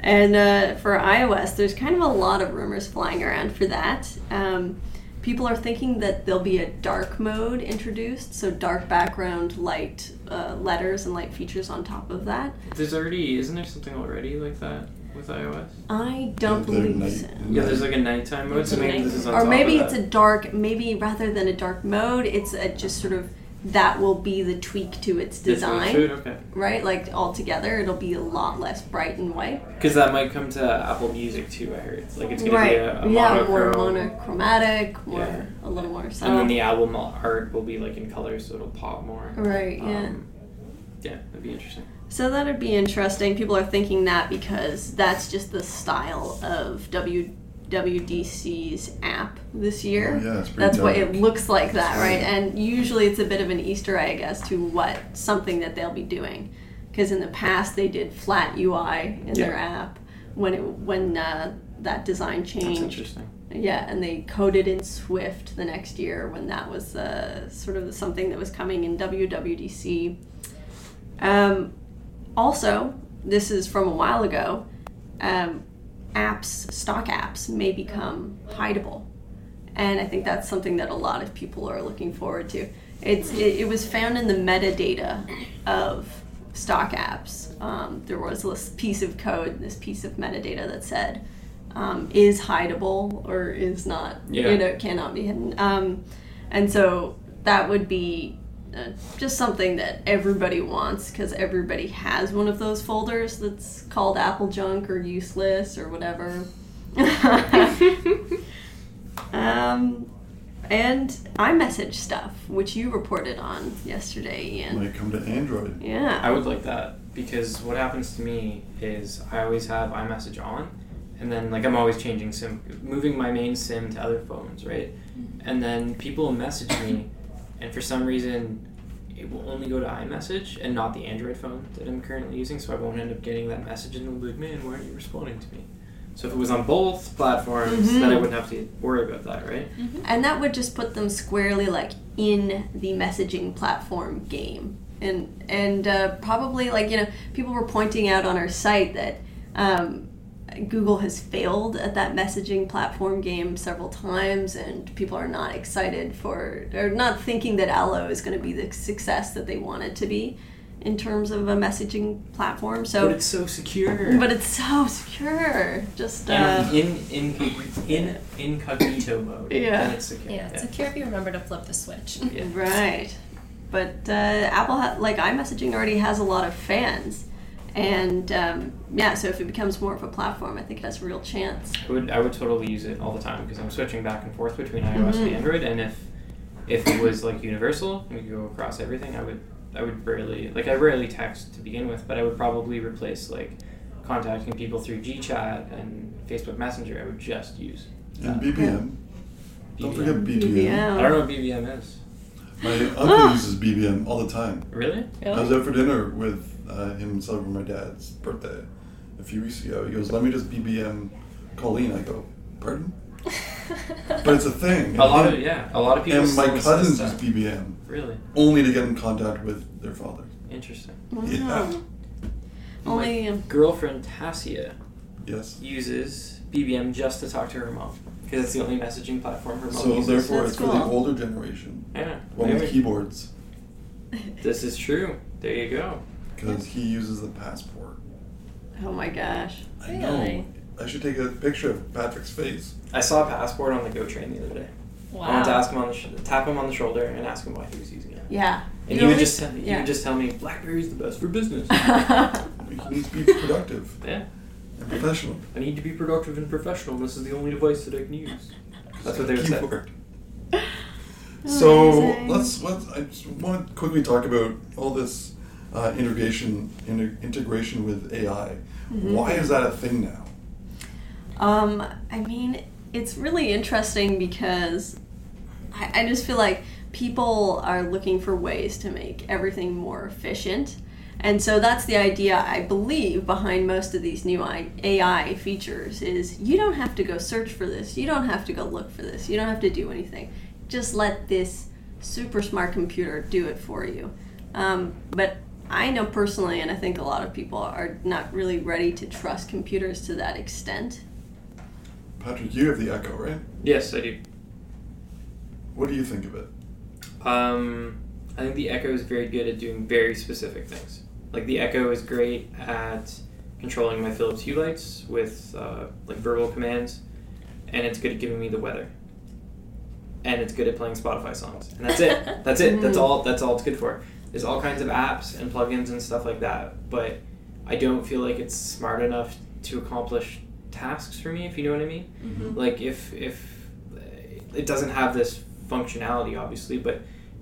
[SPEAKER 3] And uh, for iOS, there's kind of a lot of rumors flying around for that. Um, people are thinking that there'll be a dark mode introduced, so dark background, light uh, letters, and light features on top of that.
[SPEAKER 2] There's already isn't there something already like that with iOS?
[SPEAKER 3] I don't
[SPEAKER 1] They're
[SPEAKER 3] believe
[SPEAKER 1] night-
[SPEAKER 3] so.
[SPEAKER 2] Yeah, there's like a nighttime mode. So maybe this is on
[SPEAKER 3] Or
[SPEAKER 2] top
[SPEAKER 3] maybe
[SPEAKER 2] of
[SPEAKER 3] it's
[SPEAKER 2] that.
[SPEAKER 3] a dark, maybe rather than a dark mode, it's a just sort of that will be the tweak to its
[SPEAKER 2] This one
[SPEAKER 3] design,
[SPEAKER 2] should- Okay.
[SPEAKER 3] right? Like altogether, it'll be a lot less bright and white.
[SPEAKER 2] Because that might come to Apple Music too. I heard. Like it's gonna
[SPEAKER 3] right.
[SPEAKER 2] be a, a
[SPEAKER 3] yeah, more
[SPEAKER 2] monochrome,
[SPEAKER 3] monochromatic, more
[SPEAKER 2] Yeah.
[SPEAKER 3] a little more subtle.
[SPEAKER 2] and then the album art will be like in color, so it'll pop more.
[SPEAKER 3] Right, yeah.
[SPEAKER 2] Um, yeah, that'd be interesting.
[SPEAKER 3] so that'd be interesting. People are thinking that because that's just the style of WWDC's app this year.
[SPEAKER 1] Oh, yeah, it's pretty
[SPEAKER 3] that's what
[SPEAKER 1] dark.
[SPEAKER 3] it looks like that, right? And usually it's a bit of an Easter egg as to what something that they'll be doing. Because in the past they did flat UI in their
[SPEAKER 2] Yeah.
[SPEAKER 3] app when it when uh, that design
[SPEAKER 2] That's
[SPEAKER 3] changed.
[SPEAKER 2] interesting.
[SPEAKER 3] Yeah, and they coded in Swift the next year when that was uh, sort of something that was coming in WWDC. Um, also, this is from a while ago. Um, apps, stock apps, may become hideable, and I think that's something that a lot of people are looking forward to. It's it, it was found in the metadata of stock apps. Um, there was this piece of code, this piece of metadata that said um, is hideable or is not.
[SPEAKER 2] Yeah.
[SPEAKER 3] You know, cannot be hidden. Um, and so that would be uh, just something that everybody wants because everybody has one of those folders that's called Apple junk or useless or whatever. um, and iMessage stuff, which you reported on yesterday, Ian.
[SPEAKER 1] When I come to Android.
[SPEAKER 3] yeah.
[SPEAKER 2] I would like that because what happens to me is I always have iMessage on, and then like I'm always changing SIM, moving my main SIM to other phones, right? And then people message me, and for some reason, it will only go to iMessage and not the Android phone that I'm currently using, so I won't end up getting that message and it'll be like, man, why aren't you responding to me? So if it was on both platforms, then I wouldn't have to worry about that, right?
[SPEAKER 3] And that would just put them squarely like in the messaging platform game. And and uh, probably like you know people were pointing out on our site that um, Google has failed at that messaging platform game several times, and people are not excited for or not thinking that Allo is going to be the success that they want it to be. in terms of a messaging platform. So,
[SPEAKER 2] But it's so secure.
[SPEAKER 3] but it's so secure. Just uh,
[SPEAKER 2] And in, in in incognito mode.
[SPEAKER 3] Yeah.
[SPEAKER 2] Then it's secure.
[SPEAKER 4] Yeah, it's secure if you remember to flip the switch.
[SPEAKER 2] Yeah.
[SPEAKER 3] Right. But uh, Apple, ha- like iMessaging, already has a lot of fans. And um, yeah, so if it becomes more of a platform, I think it has a real chance.
[SPEAKER 2] I would I would totally use it all the time because I'm switching back and forth between iOS and Android, and if if it was like universal, we could go across everything. I would I would rarely like I rarely text to begin with, but I would probably replace like contacting people through GChat and Facebook Messenger. I would just use. uh,
[SPEAKER 1] And BBM. Don't
[SPEAKER 2] BBM.
[SPEAKER 1] forget BBM.
[SPEAKER 3] BBM.
[SPEAKER 2] I don't know what BBM is.
[SPEAKER 1] My uncle uses BBM all the time.
[SPEAKER 2] Really?
[SPEAKER 1] I was out for dinner with uh, him celebrating my dad's birthday a few weeks ago. He goes, "Let me just BBM Colleen." I go, "Pardon?" but it's a thing.
[SPEAKER 2] A lot of yeah. A lot of people.
[SPEAKER 1] And
[SPEAKER 2] still
[SPEAKER 1] my
[SPEAKER 2] miss that
[SPEAKER 1] cousins use
[SPEAKER 2] stuff.
[SPEAKER 1] BBM
[SPEAKER 2] Really
[SPEAKER 1] only to get in contact with their father.
[SPEAKER 2] interesting.
[SPEAKER 1] Yeah.
[SPEAKER 3] Only
[SPEAKER 2] my girlfriend Tassia
[SPEAKER 1] Yes.
[SPEAKER 2] uses BBM just to talk to her mom because it's the only messaging platform her mom
[SPEAKER 1] So
[SPEAKER 2] uses.
[SPEAKER 1] therefore,
[SPEAKER 3] That's
[SPEAKER 1] it's for the
[SPEAKER 3] cool.
[SPEAKER 1] older generation,
[SPEAKER 2] yeah,
[SPEAKER 1] one
[SPEAKER 2] maybe.
[SPEAKER 1] with keyboards,
[SPEAKER 2] This is true. There you go.
[SPEAKER 1] because he uses the passport.
[SPEAKER 3] oh my gosh.
[SPEAKER 1] I know.
[SPEAKER 4] Really?
[SPEAKER 1] I should take a picture of Patrick's face.
[SPEAKER 2] I saw a passport on the GO train the other day. I wanted to
[SPEAKER 4] Wow.
[SPEAKER 2] ask him on the sh- tap him on the shoulder and ask him why he was using it.
[SPEAKER 3] Yeah.
[SPEAKER 2] And
[SPEAKER 3] You
[SPEAKER 2] he would
[SPEAKER 3] always-
[SPEAKER 2] just tell, he
[SPEAKER 3] yeah.
[SPEAKER 2] would just tell me BlackBerry's the best for business.
[SPEAKER 1] We need to be productive
[SPEAKER 2] yeah,
[SPEAKER 1] and professional.
[SPEAKER 2] I need to be productive and professional. This is the only device that I can use. That's what they would say.
[SPEAKER 1] Keyboard. So
[SPEAKER 3] Amazing.
[SPEAKER 1] let's let's I just want to quickly talk about all this uh, integration inter- integration with AI.
[SPEAKER 3] Mm-hmm.
[SPEAKER 1] Why is that a thing now?
[SPEAKER 3] Um, I mean, it's really interesting because I, I just feel like people are looking for ways to make everything more efficient. And so that's the idea, I believe, behind most of these new I- AI features is you don't have to go search for this. You don't have to go look for this. You don't have to do anything. Just let this super smart computer do it for you. Um, but I know personally, and I think a lot of people are not really ready to trust computers to that extent.
[SPEAKER 1] Patrick, you have the Echo, right?
[SPEAKER 2] Yes, I do.
[SPEAKER 1] What do you think of it?
[SPEAKER 2] Um, I think the Echo is very good at doing very specific things. Like the Echo is great at controlling my Philips Hue lights with uh, like verbal commands, and it's good at giving me the weather. And it's good at playing Spotify songs, and that's it. that's it. That's all. That's all it's good for. There's all kinds of apps and plugins and stuff like that, but I don't feel like it's smart enough to accomplish tasks for me. If you know what I mean. Like if if uh, it doesn't have this functionality, obviously, but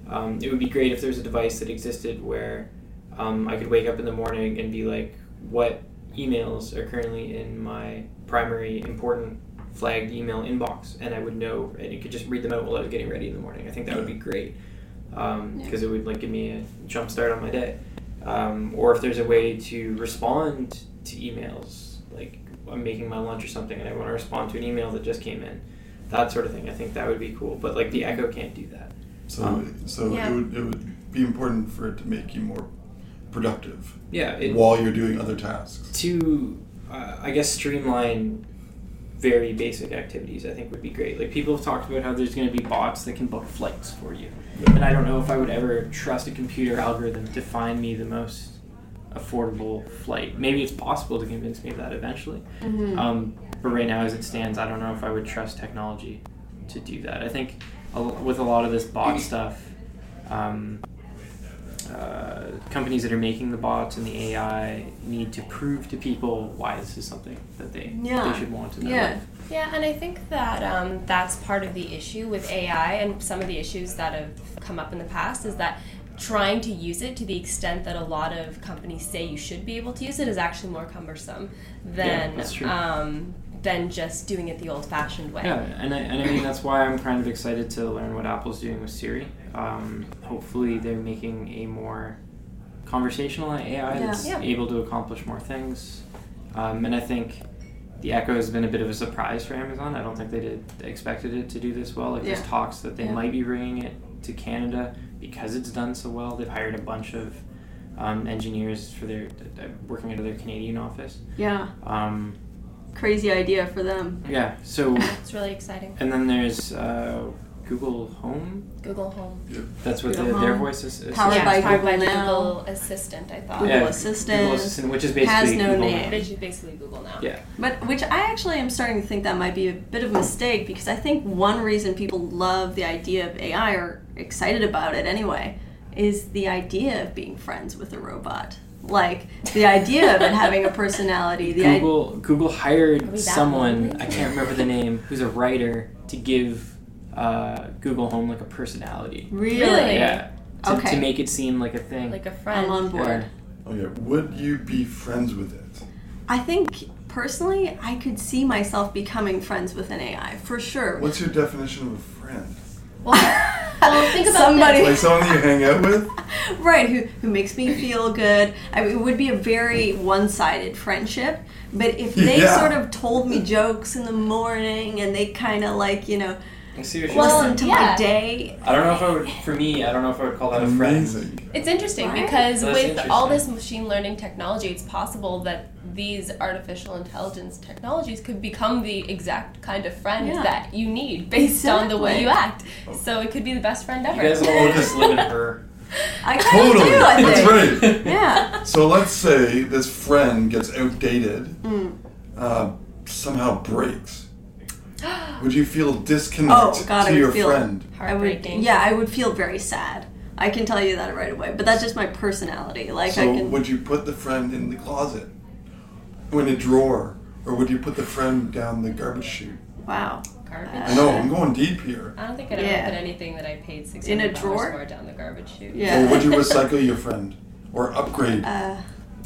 [SPEAKER 2] um, it would be great if there's a device that existed where um, I could wake up in the morning and be like, what emails are currently in my primary important flagged email inbox, and I would know, and you could just read them out while I was getting ready in the morning. I think that would be great because it would like give me a jump start on my day. Um, or if there's a way to respond to emails, like I'm making my lunch or something, and I want to respond to an email that just came in, that sort of thing. I think that would be cool. But like the Echo can't do that.
[SPEAKER 1] So
[SPEAKER 2] Um,
[SPEAKER 1] so
[SPEAKER 3] yeah.
[SPEAKER 1] it would it would be important for it to make you more productive
[SPEAKER 2] Yeah, it,
[SPEAKER 1] while you're doing other tasks.
[SPEAKER 2] to uh, I guess streamline very basic activities I think would be great. Like people have talked about how there's going to be bots that can book flights for you. And I don't know if I would ever trust a computer algorithm to find me the most affordable flight. Maybe it's possible to convince me of that eventually. Um, but right now, as it stands, I don't know if I would trust technology to do that. I think a, with a lot of this bot stuff, um, uh, companies that are making the bots and the AI need to prove to people why this is something that they,
[SPEAKER 3] Yeah.
[SPEAKER 2] they should want in their
[SPEAKER 3] Yeah.
[SPEAKER 2] life.
[SPEAKER 4] Yeah, and I think that um, that's part of the issue with AI and some of the issues that have come up in the past is that trying to use it to the extent that a lot of companies say you should be able to use it is actually more cumbersome than
[SPEAKER 2] that's true.
[SPEAKER 4] um, than just doing it the old-fashioned way.
[SPEAKER 2] Yeah, and I, and I mean that's why I'm kind of excited to learn what Apple's doing with Siri. Um, hopefully, they're making a more conversational AI that's
[SPEAKER 4] Yeah. Yeah.
[SPEAKER 2] able to accomplish more things. Um, and I think the Echo has been a bit of a surprise for Amazon. I don't think they did they expected it to do this well. Like
[SPEAKER 3] Yeah.
[SPEAKER 2] there's talks that they
[SPEAKER 3] Yeah.
[SPEAKER 2] might be bringing it to Canada because it's done so well. They've hired a bunch of um, engineers for their uh, working out of their Canadian office.
[SPEAKER 3] Yeah,
[SPEAKER 2] Um,
[SPEAKER 3] crazy idea for them.
[SPEAKER 2] yeah, so
[SPEAKER 4] It's really exciting.
[SPEAKER 2] and then there's uh, Google Home.
[SPEAKER 4] Google Home.
[SPEAKER 2] That's what the,
[SPEAKER 3] Google
[SPEAKER 2] their
[SPEAKER 3] Home.
[SPEAKER 2] voice is. is
[SPEAKER 3] Powered
[SPEAKER 4] yeah,
[SPEAKER 3] by
[SPEAKER 4] powered
[SPEAKER 3] Google
[SPEAKER 4] by the
[SPEAKER 3] now.
[SPEAKER 4] Google Assistant, I thought.
[SPEAKER 3] Google
[SPEAKER 2] Yeah,
[SPEAKER 3] Assistant
[SPEAKER 2] Google Assistant, which is basically
[SPEAKER 3] has no
[SPEAKER 2] Google
[SPEAKER 3] name.
[SPEAKER 2] Now.
[SPEAKER 4] It's basically Google now.
[SPEAKER 2] Yeah.
[SPEAKER 3] But which I actually am starting to think that might be a bit of a mistake because I think one reason people love the idea of AI or excited about it anyway is the idea of being friends with a robot. Like the idea of it having a personality, the idea
[SPEAKER 2] Google Google hired
[SPEAKER 4] that
[SPEAKER 2] someone
[SPEAKER 4] one?
[SPEAKER 2] I can't remember the name who's a writer to give uh, Google Home like a personality.
[SPEAKER 3] really,
[SPEAKER 4] Really?
[SPEAKER 2] Yeah. To,
[SPEAKER 3] Okay.
[SPEAKER 2] to make it seem like a thing.
[SPEAKER 4] Like a friend.
[SPEAKER 3] I'm on board.
[SPEAKER 2] Yeah.
[SPEAKER 1] Okay, would you be friends with it?
[SPEAKER 3] I think personally I could see myself becoming friends with an AI for sure.
[SPEAKER 1] What's your definition of a friend?
[SPEAKER 4] Well, well, think about
[SPEAKER 3] Somebody-
[SPEAKER 4] this.
[SPEAKER 1] Like someone you hang out with?
[SPEAKER 3] Right, who, who makes me feel good. I mean, it would be a very one sided friendship. But if they
[SPEAKER 1] Yeah.
[SPEAKER 3] sort of told me jokes in the morning and they kind of like, you know,
[SPEAKER 2] I see what you're
[SPEAKER 4] Well,
[SPEAKER 2] saying.
[SPEAKER 3] listen to my
[SPEAKER 4] yeah.
[SPEAKER 3] day,
[SPEAKER 2] I don't know if I would. For me, I don't know if I would call that a friend.
[SPEAKER 1] Amazing.
[SPEAKER 4] It's interesting
[SPEAKER 3] Right?
[SPEAKER 4] because
[SPEAKER 2] That's
[SPEAKER 4] with all this
[SPEAKER 2] interesting.
[SPEAKER 4] machine learning technology, it's possible that these artificial intelligence technologies could become the exact kind of friend
[SPEAKER 3] Yeah.
[SPEAKER 4] that you need based on the way
[SPEAKER 3] Exactly.
[SPEAKER 4] you act. So it could be the best friend
[SPEAKER 2] You
[SPEAKER 4] ever.
[SPEAKER 2] guys all just live in her.
[SPEAKER 3] I kind of
[SPEAKER 1] Totally.
[SPEAKER 3] do, I think.
[SPEAKER 1] That's right.
[SPEAKER 3] Yeah.
[SPEAKER 1] So let's say this friend gets outdated,
[SPEAKER 3] Mm.
[SPEAKER 1] uh, somehow breaks. Would you feel disconnect
[SPEAKER 3] Oh, God, I
[SPEAKER 1] to
[SPEAKER 3] would
[SPEAKER 1] your
[SPEAKER 3] feel-
[SPEAKER 1] friend?
[SPEAKER 3] I would,
[SPEAKER 4] Heartbreaking.
[SPEAKER 3] yeah, I would feel very sad. I can tell you that right away. But that's just my personality. Like, I
[SPEAKER 1] So
[SPEAKER 3] can.
[SPEAKER 1] would you put the friend in the closet, or in a drawer, or would you put the friend down the garbage chute?
[SPEAKER 3] wow.
[SPEAKER 4] Garbage.
[SPEAKER 1] I know I'm going deep here.
[SPEAKER 4] I don't think I'd
[SPEAKER 3] Yeah.
[SPEAKER 4] ever put anything that I paid six
[SPEAKER 3] In a
[SPEAKER 4] hundred dollars
[SPEAKER 3] drawer?
[SPEAKER 4] for down the garbage chute.
[SPEAKER 3] Yeah.
[SPEAKER 1] Or would you recycle your friend, or upgrade?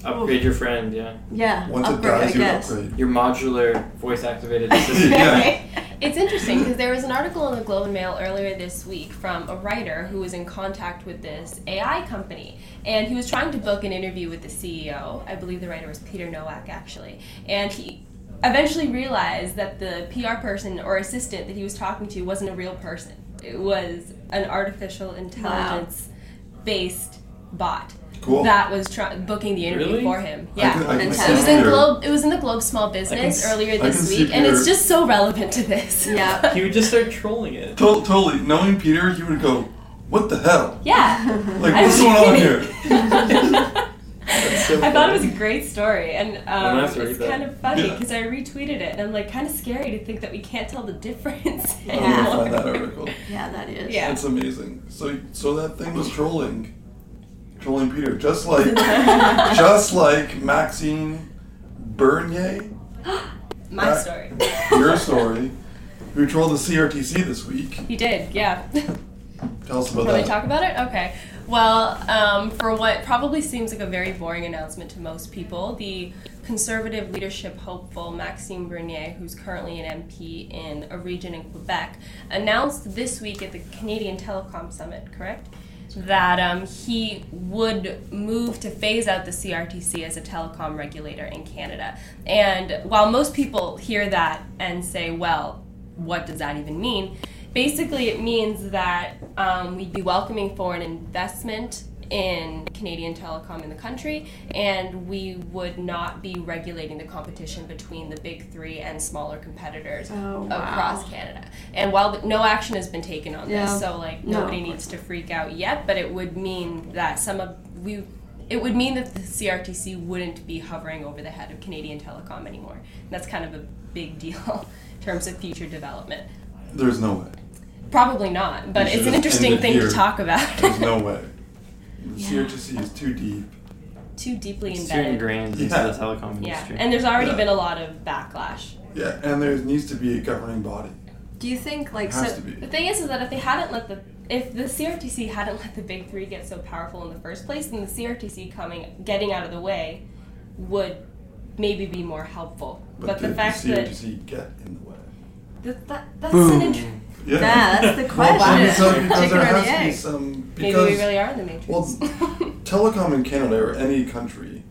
[SPEAKER 2] Upgrade your friend. Yeah.
[SPEAKER 3] Yeah.
[SPEAKER 1] Once
[SPEAKER 3] upgrade,
[SPEAKER 1] it dies,
[SPEAKER 3] I
[SPEAKER 1] you
[SPEAKER 3] guess.
[SPEAKER 1] upgrade.
[SPEAKER 2] Your modular voice activated assistant.
[SPEAKER 1] yeah.
[SPEAKER 4] It's interesting because there was an article in the Globe and Mail earlier this week from a writer who was in contact with this AI company. And he was trying to book an interview with the CEO. I believe the writer was Peter Nowak, actually. And he eventually realized that the PR person or assistant that he was talking to wasn't a real person, it was an artificial intelligence based bot.
[SPEAKER 1] Cool.
[SPEAKER 4] That was try- booking the interview
[SPEAKER 2] Really?
[SPEAKER 4] for him.
[SPEAKER 1] I
[SPEAKER 4] Yeah.
[SPEAKER 1] can- I can
[SPEAKER 3] It
[SPEAKER 1] see
[SPEAKER 4] It was in
[SPEAKER 1] Peter.
[SPEAKER 4] Globe. It was in the Globe Small Business
[SPEAKER 2] s-
[SPEAKER 4] earlier
[SPEAKER 1] I
[SPEAKER 4] this
[SPEAKER 1] can see
[SPEAKER 4] week, and it's
[SPEAKER 1] Peter.
[SPEAKER 4] just so relevant to this.
[SPEAKER 3] Yeah.
[SPEAKER 2] He would just start trolling it.
[SPEAKER 1] To- totally. Knowing Peter, he would go, "What the hell?
[SPEAKER 4] Yeah.
[SPEAKER 1] Like,
[SPEAKER 4] I
[SPEAKER 1] what's
[SPEAKER 4] was
[SPEAKER 1] going on
[SPEAKER 4] kidding.
[SPEAKER 1] here?"
[SPEAKER 4] I thought it was a great story, and um,
[SPEAKER 2] gonna have
[SPEAKER 4] it's
[SPEAKER 2] to read that.
[SPEAKER 4] kind of funny
[SPEAKER 1] Yeah.
[SPEAKER 4] because I retweeted it, and I'm like, kind of scary to think that we can't tell the difference.
[SPEAKER 1] I'm gonna find that article.
[SPEAKER 3] Yeah, that is.
[SPEAKER 4] Yeah.
[SPEAKER 1] That's amazing. So, so that thing was trolling, trolling Peter, just like, just like Maxine Bernier,
[SPEAKER 4] My story.
[SPEAKER 1] your story, who trolled the CRTC this week.
[SPEAKER 4] he did, yeah.
[SPEAKER 1] Tell us about
[SPEAKER 4] Can we
[SPEAKER 1] that.
[SPEAKER 4] talk about it? Okay. Well, um, for what probably seems like a very boring announcement to most people, the conservative leadership hopeful Maxime Bernier, who's currently an MP in a region in Quebec, announced this week at the Canadian Telecom Summit, correct? That um, he would move to phase out the CRTC as a telecom regulator in Canada. And while most people hear that and say, well, what does that even mean? Basically, it means that um, we'd be welcoming foreign investment in Canadian telecom in the country, and we would not be regulating the competition between the big three and smaller competitors across Canada. And while th- no action has been taken on
[SPEAKER 3] Yeah.
[SPEAKER 4] this, so like
[SPEAKER 3] No,
[SPEAKER 4] nobody
[SPEAKER 3] of
[SPEAKER 4] needs to freak out yet, but it would mean that some of we. It would mean that the CRTC wouldn't be hovering over the head of Canadian Telecom anymore. And that's kind of a big deal in terms of future development.
[SPEAKER 1] There's no way.
[SPEAKER 4] Probably not,
[SPEAKER 1] We
[SPEAKER 4] but it's
[SPEAKER 1] should
[SPEAKER 4] an
[SPEAKER 1] have
[SPEAKER 4] interesting
[SPEAKER 1] ended
[SPEAKER 4] thing
[SPEAKER 1] here.
[SPEAKER 4] to talk about.
[SPEAKER 1] There's no way. The CRTC is too deep.
[SPEAKER 4] Too deeply
[SPEAKER 2] It's too
[SPEAKER 4] embedded.
[SPEAKER 2] ingrained into
[SPEAKER 1] Yeah.
[SPEAKER 2] the telecom
[SPEAKER 4] Yeah,
[SPEAKER 2] industry.
[SPEAKER 4] and there's already
[SPEAKER 1] Yeah.
[SPEAKER 4] been a lot of backlash.
[SPEAKER 1] Yeah, and there needs to be a governing body.
[SPEAKER 3] Do you think, like,
[SPEAKER 1] It has
[SPEAKER 3] so.
[SPEAKER 1] to be.
[SPEAKER 4] The thing is, is that if they hadn't let the if the CRTC hadn't let the big three get so powerful in the first place, then the CRTC coming getting out of the way would maybe be more helpful. But,
[SPEAKER 1] But
[SPEAKER 4] the,
[SPEAKER 1] did
[SPEAKER 4] fact
[SPEAKER 1] the
[SPEAKER 4] that,
[SPEAKER 1] CRTC get in the way?
[SPEAKER 4] that, that that's an
[SPEAKER 2] Boom.
[SPEAKER 4] interesting.
[SPEAKER 1] Yeah.
[SPEAKER 3] Yeah, that's the
[SPEAKER 1] Well,
[SPEAKER 3] question.
[SPEAKER 1] so- because
[SPEAKER 3] Chicken
[SPEAKER 1] there
[SPEAKER 3] or the
[SPEAKER 1] has to be
[SPEAKER 3] egg?
[SPEAKER 1] some.
[SPEAKER 4] Oh, Maybe
[SPEAKER 1] because-
[SPEAKER 4] we really are in the matrix.
[SPEAKER 1] Well, telecom in Canada or any country,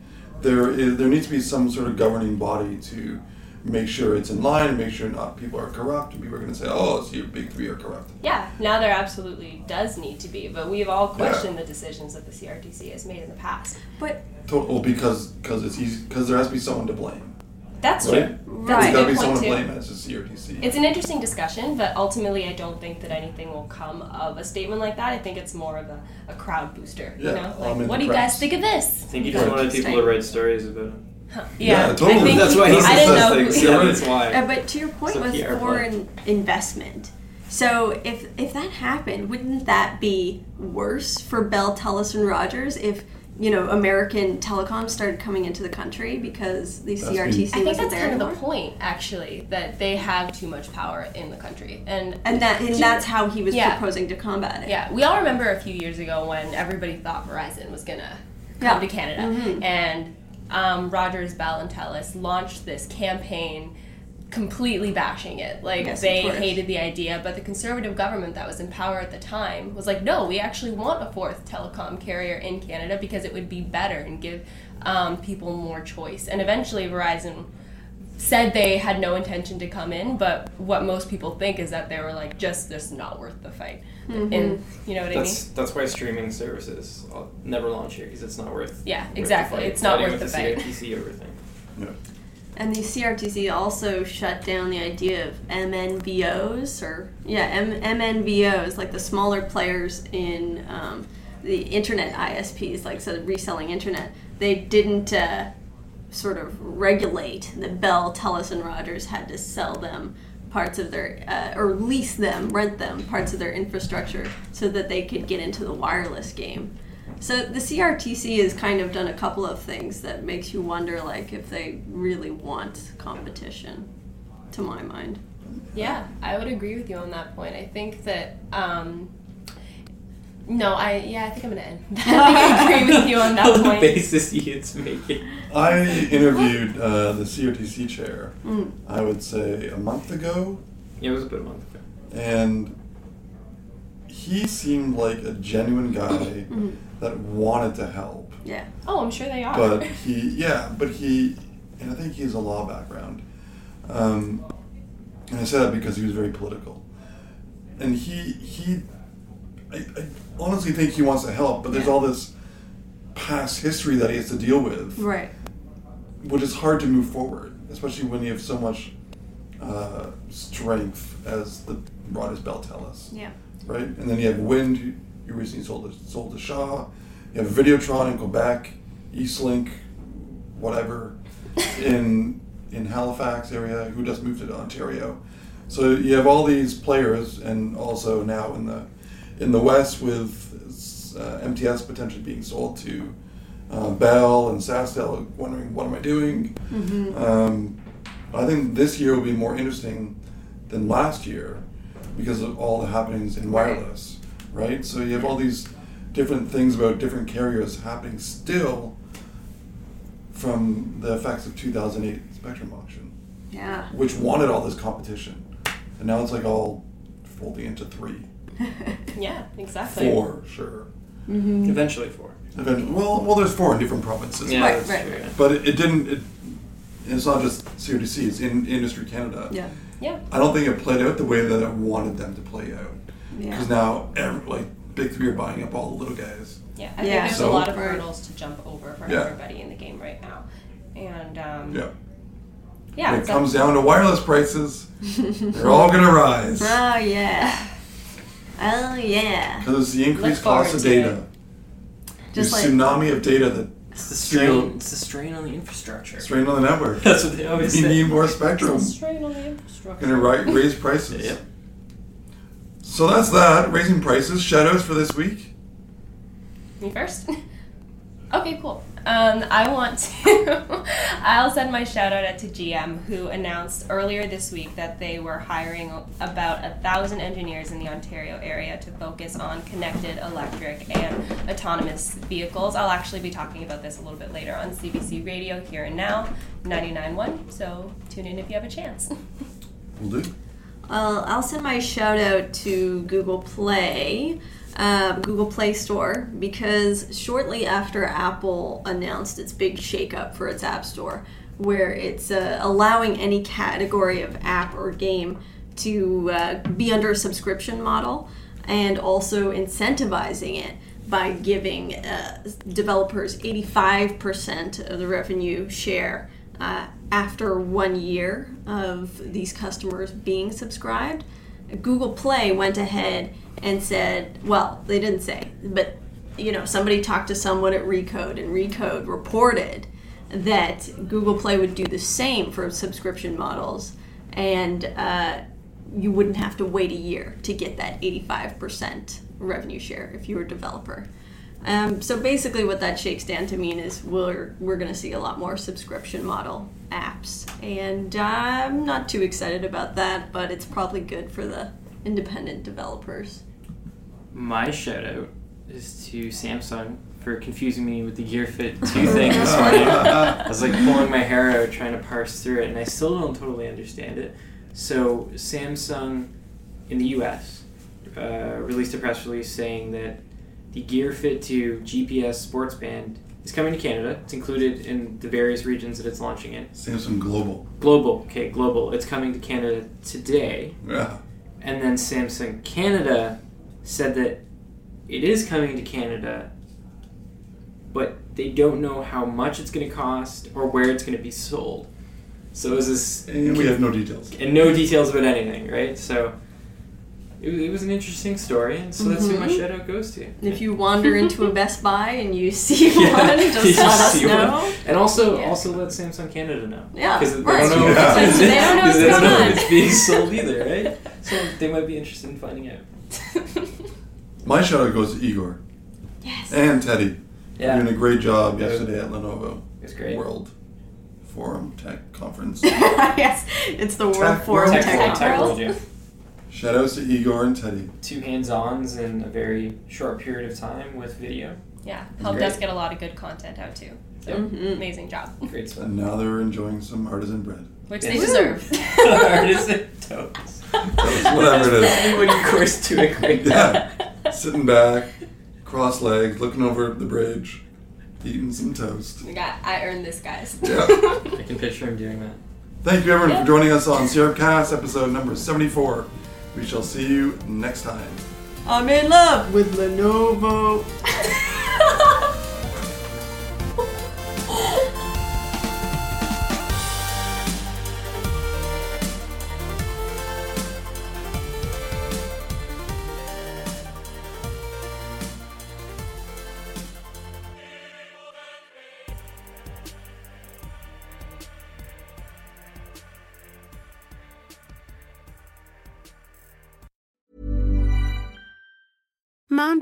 [SPEAKER 1] there is there needs to be some sort of governing body to make sure it's in line, make sure not people are corrupt, and people are going to say, "Oh, so your big three are corrupt."
[SPEAKER 4] Yeah, now there absolutely does need to be, but we've all questioned the decisions that the CRTC has made in the past.
[SPEAKER 3] But
[SPEAKER 1] Total because because it's easy because there has to be someone to blame.
[SPEAKER 4] That's
[SPEAKER 1] Right?
[SPEAKER 4] true. That's
[SPEAKER 1] There's got to
[SPEAKER 4] a
[SPEAKER 1] be
[SPEAKER 4] good point
[SPEAKER 1] someone to
[SPEAKER 4] too.
[SPEAKER 1] blame. It's just CRTC.
[SPEAKER 4] It's an interesting discussion, but ultimately, I don't think that anything will come of a statement like that. I think it's more of a, a crowd booster.
[SPEAKER 1] Yeah,
[SPEAKER 4] you know,
[SPEAKER 1] I'm
[SPEAKER 4] like,
[SPEAKER 1] in the
[SPEAKER 4] what do you
[SPEAKER 1] crowds.
[SPEAKER 4] guys think of this?
[SPEAKER 2] I think he just wanted people to write stories about it.
[SPEAKER 1] Yeah, totally.
[SPEAKER 4] I think
[SPEAKER 1] That's
[SPEAKER 4] he-
[SPEAKER 1] why he
[SPEAKER 4] I
[SPEAKER 1] says
[SPEAKER 4] didn't
[SPEAKER 1] those
[SPEAKER 4] know.
[SPEAKER 1] things.
[SPEAKER 4] yeah.
[SPEAKER 1] Yeah.
[SPEAKER 2] that's
[SPEAKER 3] Uh,
[SPEAKER 2] why.
[SPEAKER 3] but to your point
[SPEAKER 2] So
[SPEAKER 3] with
[SPEAKER 2] Pierre, but-
[SPEAKER 3] foreign investment, so if if that happened, wouldn't that be worse for Bell, Telus, and Rogers if you know American telecom started coming into the country because the
[SPEAKER 1] been-
[SPEAKER 3] CRTC
[SPEAKER 4] I think
[SPEAKER 3] wasn't
[SPEAKER 4] that's
[SPEAKER 3] there
[SPEAKER 4] kind of the
[SPEAKER 3] anymore?
[SPEAKER 4] point, actually, that they have too much power in the country, and
[SPEAKER 3] And that and that's how he was
[SPEAKER 4] Yeah.
[SPEAKER 3] proposing to combat it.
[SPEAKER 4] Yeah, we all remember a few years ago when everybody thought Verizon was gonna come
[SPEAKER 3] Yeah. Mm-hmm.
[SPEAKER 4] to Canada, and um, Rogers, Bell, and Telus launched this campaign completely bashing it. Like
[SPEAKER 3] Yes, of
[SPEAKER 4] they
[SPEAKER 3] course.
[SPEAKER 4] hated the idea, but the conservative government that was in power at the time was like, no, we actually want a fourth telecom carrier in Canada because it would be better and give um, people more choice. And eventually, Verizon said they had no intention to come in, but what most people think is that they were like, just this is not worth the fight. And you know what I mean?
[SPEAKER 2] That's that's why streaming services I'll never launch here because it's not worth.
[SPEAKER 4] Yeah,
[SPEAKER 2] worth the
[SPEAKER 4] exactly.
[SPEAKER 2] fight.
[SPEAKER 4] It's not
[SPEAKER 2] Fighting
[SPEAKER 4] worth
[SPEAKER 2] with
[SPEAKER 4] the fight.
[SPEAKER 2] CRTC over thing.
[SPEAKER 1] Yeah.
[SPEAKER 3] And the CRTC also shut down the idea of MNBOs or yeah M- MNBOs like the smaller players in um, the internet ISPs like so reselling internet. They didn't uh, sort of regulate that Bell, Telus, and Rogers had to sell them parts of their uh, or lease them, rent them parts of their infrastructure so that they could get into the wireless game. So the CRTC has kind of done a couple of things that makes you wonder, like if they really want competition. To my mind,
[SPEAKER 4] Yeah, I would agree with you on that point. I think that um, no, I yeah, I think I'm gonna end. I think I agree with you on that
[SPEAKER 2] On the
[SPEAKER 4] point.
[SPEAKER 2] basis he is making.
[SPEAKER 1] I interviewed uh, the CRTC chair,
[SPEAKER 4] Mm.
[SPEAKER 1] I would say a month ago,
[SPEAKER 2] Yeah, it was about a month ago.
[SPEAKER 1] and he seemed like a genuine guy that wanted to help.
[SPEAKER 3] yeah,
[SPEAKER 4] Oh, I'm sure they are.
[SPEAKER 1] But he, yeah, but he, and I think he has a law background. Um, and I say that because he was very political. And he, he, I, I honestly think he wants to help, but there's all this past history that he has to deal with
[SPEAKER 3] right.
[SPEAKER 1] which is hard to move forward, especially when you have so much uh, strength as the Rogers Bell tell us,
[SPEAKER 3] Yeah.
[SPEAKER 1] right? And then you have Wind, who you recently sold to, sold to Shaw. You have Videotron in Quebec, Eastlink, whatever, in in Halifax area, who just moved to Ontario. So you have all these players, and also now in the in the West with uh, MTS potentially being sold to uh, Bell and Sastel, wondering what am I doing. Um, I think this year will be more interesting than last year because of all the happenings in wireless, right? So you have all these different things about different carriers happening still from the effects of 2008 spectrum auction,
[SPEAKER 3] Yeah.
[SPEAKER 1] which wanted all this competition, and now it's like all folding into three,
[SPEAKER 4] yeah, exactly.
[SPEAKER 1] four, sure.
[SPEAKER 2] Eventually four.
[SPEAKER 1] Eventually, well, well, there's four in different provinces.
[SPEAKER 2] Yeah,
[SPEAKER 3] Right,
[SPEAKER 2] that's
[SPEAKER 3] right,
[SPEAKER 2] true,
[SPEAKER 3] right.
[SPEAKER 2] yeah.
[SPEAKER 1] But it, it didn't. It, it's not just CODC. It's in Industry Canada.
[SPEAKER 3] Yeah.
[SPEAKER 4] Yeah.
[SPEAKER 1] I don't think it played out the way that I wanted them to play out.
[SPEAKER 3] Yeah.
[SPEAKER 1] Because now, every, like big three are buying up all the little guys.
[SPEAKER 4] Yeah, I think
[SPEAKER 3] Yeah.
[SPEAKER 4] there's
[SPEAKER 1] So-
[SPEAKER 4] a lot of hurdles to jump over for
[SPEAKER 1] Yeah.
[SPEAKER 4] everybody in the game right now. And um,
[SPEAKER 1] Yeah.
[SPEAKER 4] yeah,
[SPEAKER 1] When it
[SPEAKER 4] so-
[SPEAKER 1] comes down to wireless prices, they're all gonna rise
[SPEAKER 3] Oh yeah. Oh yeah.
[SPEAKER 1] because it's the increased
[SPEAKER 4] Look forward
[SPEAKER 1] cost of
[SPEAKER 4] to it.
[SPEAKER 1] data.
[SPEAKER 3] Just
[SPEAKER 1] the
[SPEAKER 3] like
[SPEAKER 1] tsunami of data that
[SPEAKER 2] It's the
[SPEAKER 1] Strain.
[SPEAKER 2] strain. It's the strain on the infrastructure.
[SPEAKER 1] strained on the network.
[SPEAKER 2] That's what they always
[SPEAKER 1] you
[SPEAKER 2] say.
[SPEAKER 1] need more spectrum.
[SPEAKER 4] strain on the infrastructure.
[SPEAKER 1] Gonna ri- raise prices.
[SPEAKER 2] Yeah.
[SPEAKER 1] So that's that. Raising prices. Shadows for this week.
[SPEAKER 4] Me first? okay, cool. Um, I want to. I'll send my shout out to GM, who announced earlier this week that they were hiring about a thousand engineers in the Ontario area to focus on connected, electric, and autonomous vehicles. I'll actually be talking about this a little bit later on CBC Radio here and now, 99.1. So tune in if you have a chance.
[SPEAKER 1] We'll do.
[SPEAKER 3] I'll, I'll send my shout out to Google Play, uh, Google Play Store, because shortly after Apple announced its big shakeup for its App Store, where it's uh, allowing any category of app or game to uh, be under a subscription model and also incentivizing it by giving uh, developers 85% of the revenue share uh, after one year of these customers being subscribed, Google Play went ahead and said, well, they didn't say, but you know, somebody talked to someone at Recode, and Recode reported that Google Play would do the same for subscription models, and uh, you wouldn't have to wait a year to get that 85% revenue share if you were a developer. Um, so basically, what that shakes down to mean is we're we're going to see a lot more subscription model apps, and uh, I'm not too excited about that, but it's probably good for the independent developers.
[SPEAKER 2] My shout out is to Samsung for confusing me with the Gear Fit 2 thing this morning. I was like pulling my hair out trying to parse through it, and I still don't totally understand it. So, Samsung in the US uh, released a press release saying that the Gear Fit 2 GPS sports band is coming to Canada. It's included in the various regions that it's launching in.
[SPEAKER 1] Samsung Global.
[SPEAKER 2] Global, okay, global. It's coming to Canada today.
[SPEAKER 1] Yeah.
[SPEAKER 2] And then Samsung Canada said that it is coming to Canada, but they don't know how much it's going to cost or where it's going to be sold. So is this
[SPEAKER 1] And we have no details.
[SPEAKER 2] and no details about anything, right? So it, was- it was an interesting story, and so that's who my shout out goes to.
[SPEAKER 3] And If you wander into a Best Buy and you see
[SPEAKER 2] Yeah.
[SPEAKER 3] one,
[SPEAKER 2] You
[SPEAKER 3] just let us
[SPEAKER 2] see one.
[SPEAKER 3] know.
[SPEAKER 2] And also,
[SPEAKER 4] Yeah.
[SPEAKER 2] also let Samsung Canada know.
[SPEAKER 3] Yeah,
[SPEAKER 2] because they
[SPEAKER 3] right.
[SPEAKER 2] don't know.
[SPEAKER 1] Yeah.
[SPEAKER 2] If,
[SPEAKER 1] They
[SPEAKER 4] don't know what's
[SPEAKER 2] they don't
[SPEAKER 4] going
[SPEAKER 2] know
[SPEAKER 4] on.
[SPEAKER 2] if it's being sold either, right? So they might be interested in finding out.
[SPEAKER 1] My shout out goes to Igor
[SPEAKER 3] Yes.
[SPEAKER 1] and Teddy.
[SPEAKER 2] Yeah,
[SPEAKER 1] Doing a great job
[SPEAKER 2] Yeah.
[SPEAKER 1] yesterday at Lenovo
[SPEAKER 2] it's great.
[SPEAKER 1] World Forum Tech Conference.
[SPEAKER 3] yes, it's the World
[SPEAKER 1] Tech
[SPEAKER 3] Forum
[SPEAKER 1] World.
[SPEAKER 2] Tech,
[SPEAKER 3] Tech,
[SPEAKER 2] World,
[SPEAKER 3] Conference.
[SPEAKER 2] Tech World, yeah.
[SPEAKER 1] shout outs to Igor and Teddy.
[SPEAKER 2] Two hands-ons in a very short period of time with video.
[SPEAKER 4] Yeah, helped
[SPEAKER 2] Great. Mm-hmm.
[SPEAKER 4] us get a lot of good content out too. So amazing job,
[SPEAKER 2] Great stuff.
[SPEAKER 1] And now they're enjoying some artisan bread.
[SPEAKER 4] which
[SPEAKER 2] Yeah.
[SPEAKER 4] they
[SPEAKER 2] Woo.
[SPEAKER 4] deserve.
[SPEAKER 2] Artisan toast.
[SPEAKER 1] Whatever it is.
[SPEAKER 2] Anybody course to a great
[SPEAKER 1] Yeah. Sitting back, cross legged, looking over the bridge, eating some toast.
[SPEAKER 4] We got I earned this, guys.
[SPEAKER 1] Yeah.
[SPEAKER 2] I can picture him doing that.
[SPEAKER 1] Thank you, everyone, for joining us on Syrupcast episode number 74. We shall see you next time.
[SPEAKER 3] I'm in love with Lenovo.
[SPEAKER 8] Mom